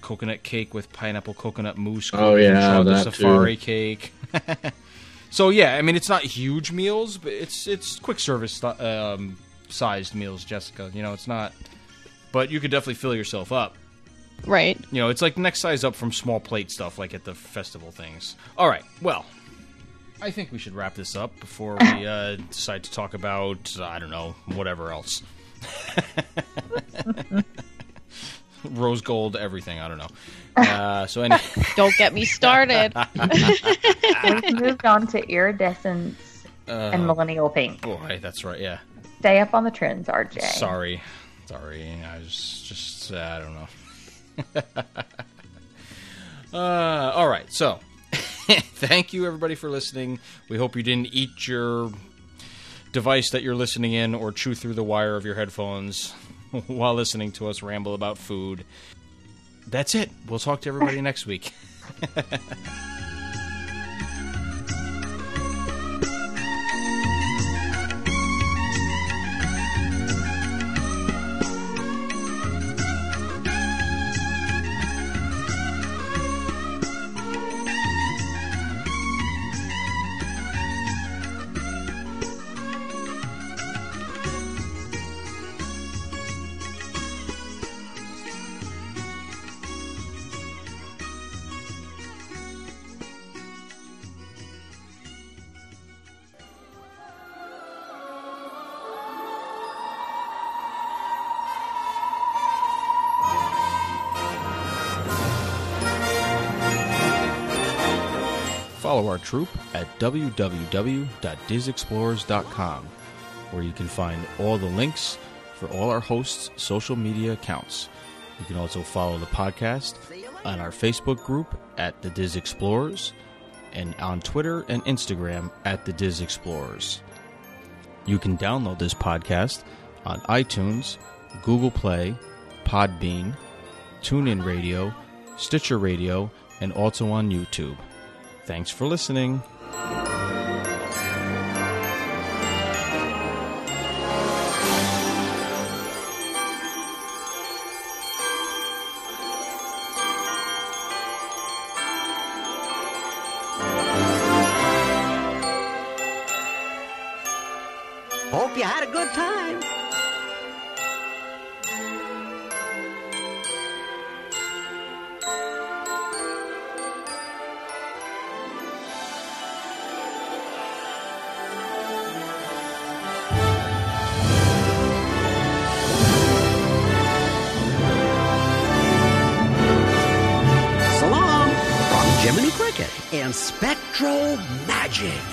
Speaker 2: coconut cake with pineapple coconut mousse.
Speaker 4: Oh,
Speaker 2: coconut
Speaker 4: yeah,
Speaker 2: chocolate
Speaker 4: that
Speaker 2: safari cake. so yeah, I mean it's not huge meals, but it's it's quick service sti- um, sized meals, Jessica. You know, it's not, but you could definitely fill yourself up.
Speaker 5: Right.
Speaker 2: You know, it's like next size up from small plate stuff, like at the festival things. All right, well, I think we should wrap this up before we uh, decide to talk about I don't know whatever else. Rose gold, everything. I don't know. Uh, so any,
Speaker 5: Don't get me started.
Speaker 3: We've moved on to iridescence and
Speaker 2: uh,
Speaker 3: millennial pink.
Speaker 2: boy, that's right. Yeah,
Speaker 3: Stay up on the trends, RJ.
Speaker 2: sorry, sorry. I was just uh, I don't know. uh, all right, so thank you everybody for listening. We hope you didn't eat your device that you're listening in or chew through the wire of your headphones while listening to us ramble about food. That's it. We'll talk to everybody next week. Follow our troop at www.disexplorers.com, where you can find all the links for all our hosts' social media accounts. You can also follow the podcast on our Facebook group at the Diz Explorers and on Twitter and Instagram at the Diz Explorers. You can download this podcast on iTunes, Google Play, Podbean, TuneIn Radio, Stitcher Radio, and also on YouTube. Thanks for listening.
Speaker 6: Hope you had a good time. So long from Jiminy Cricket and Spectro Magic.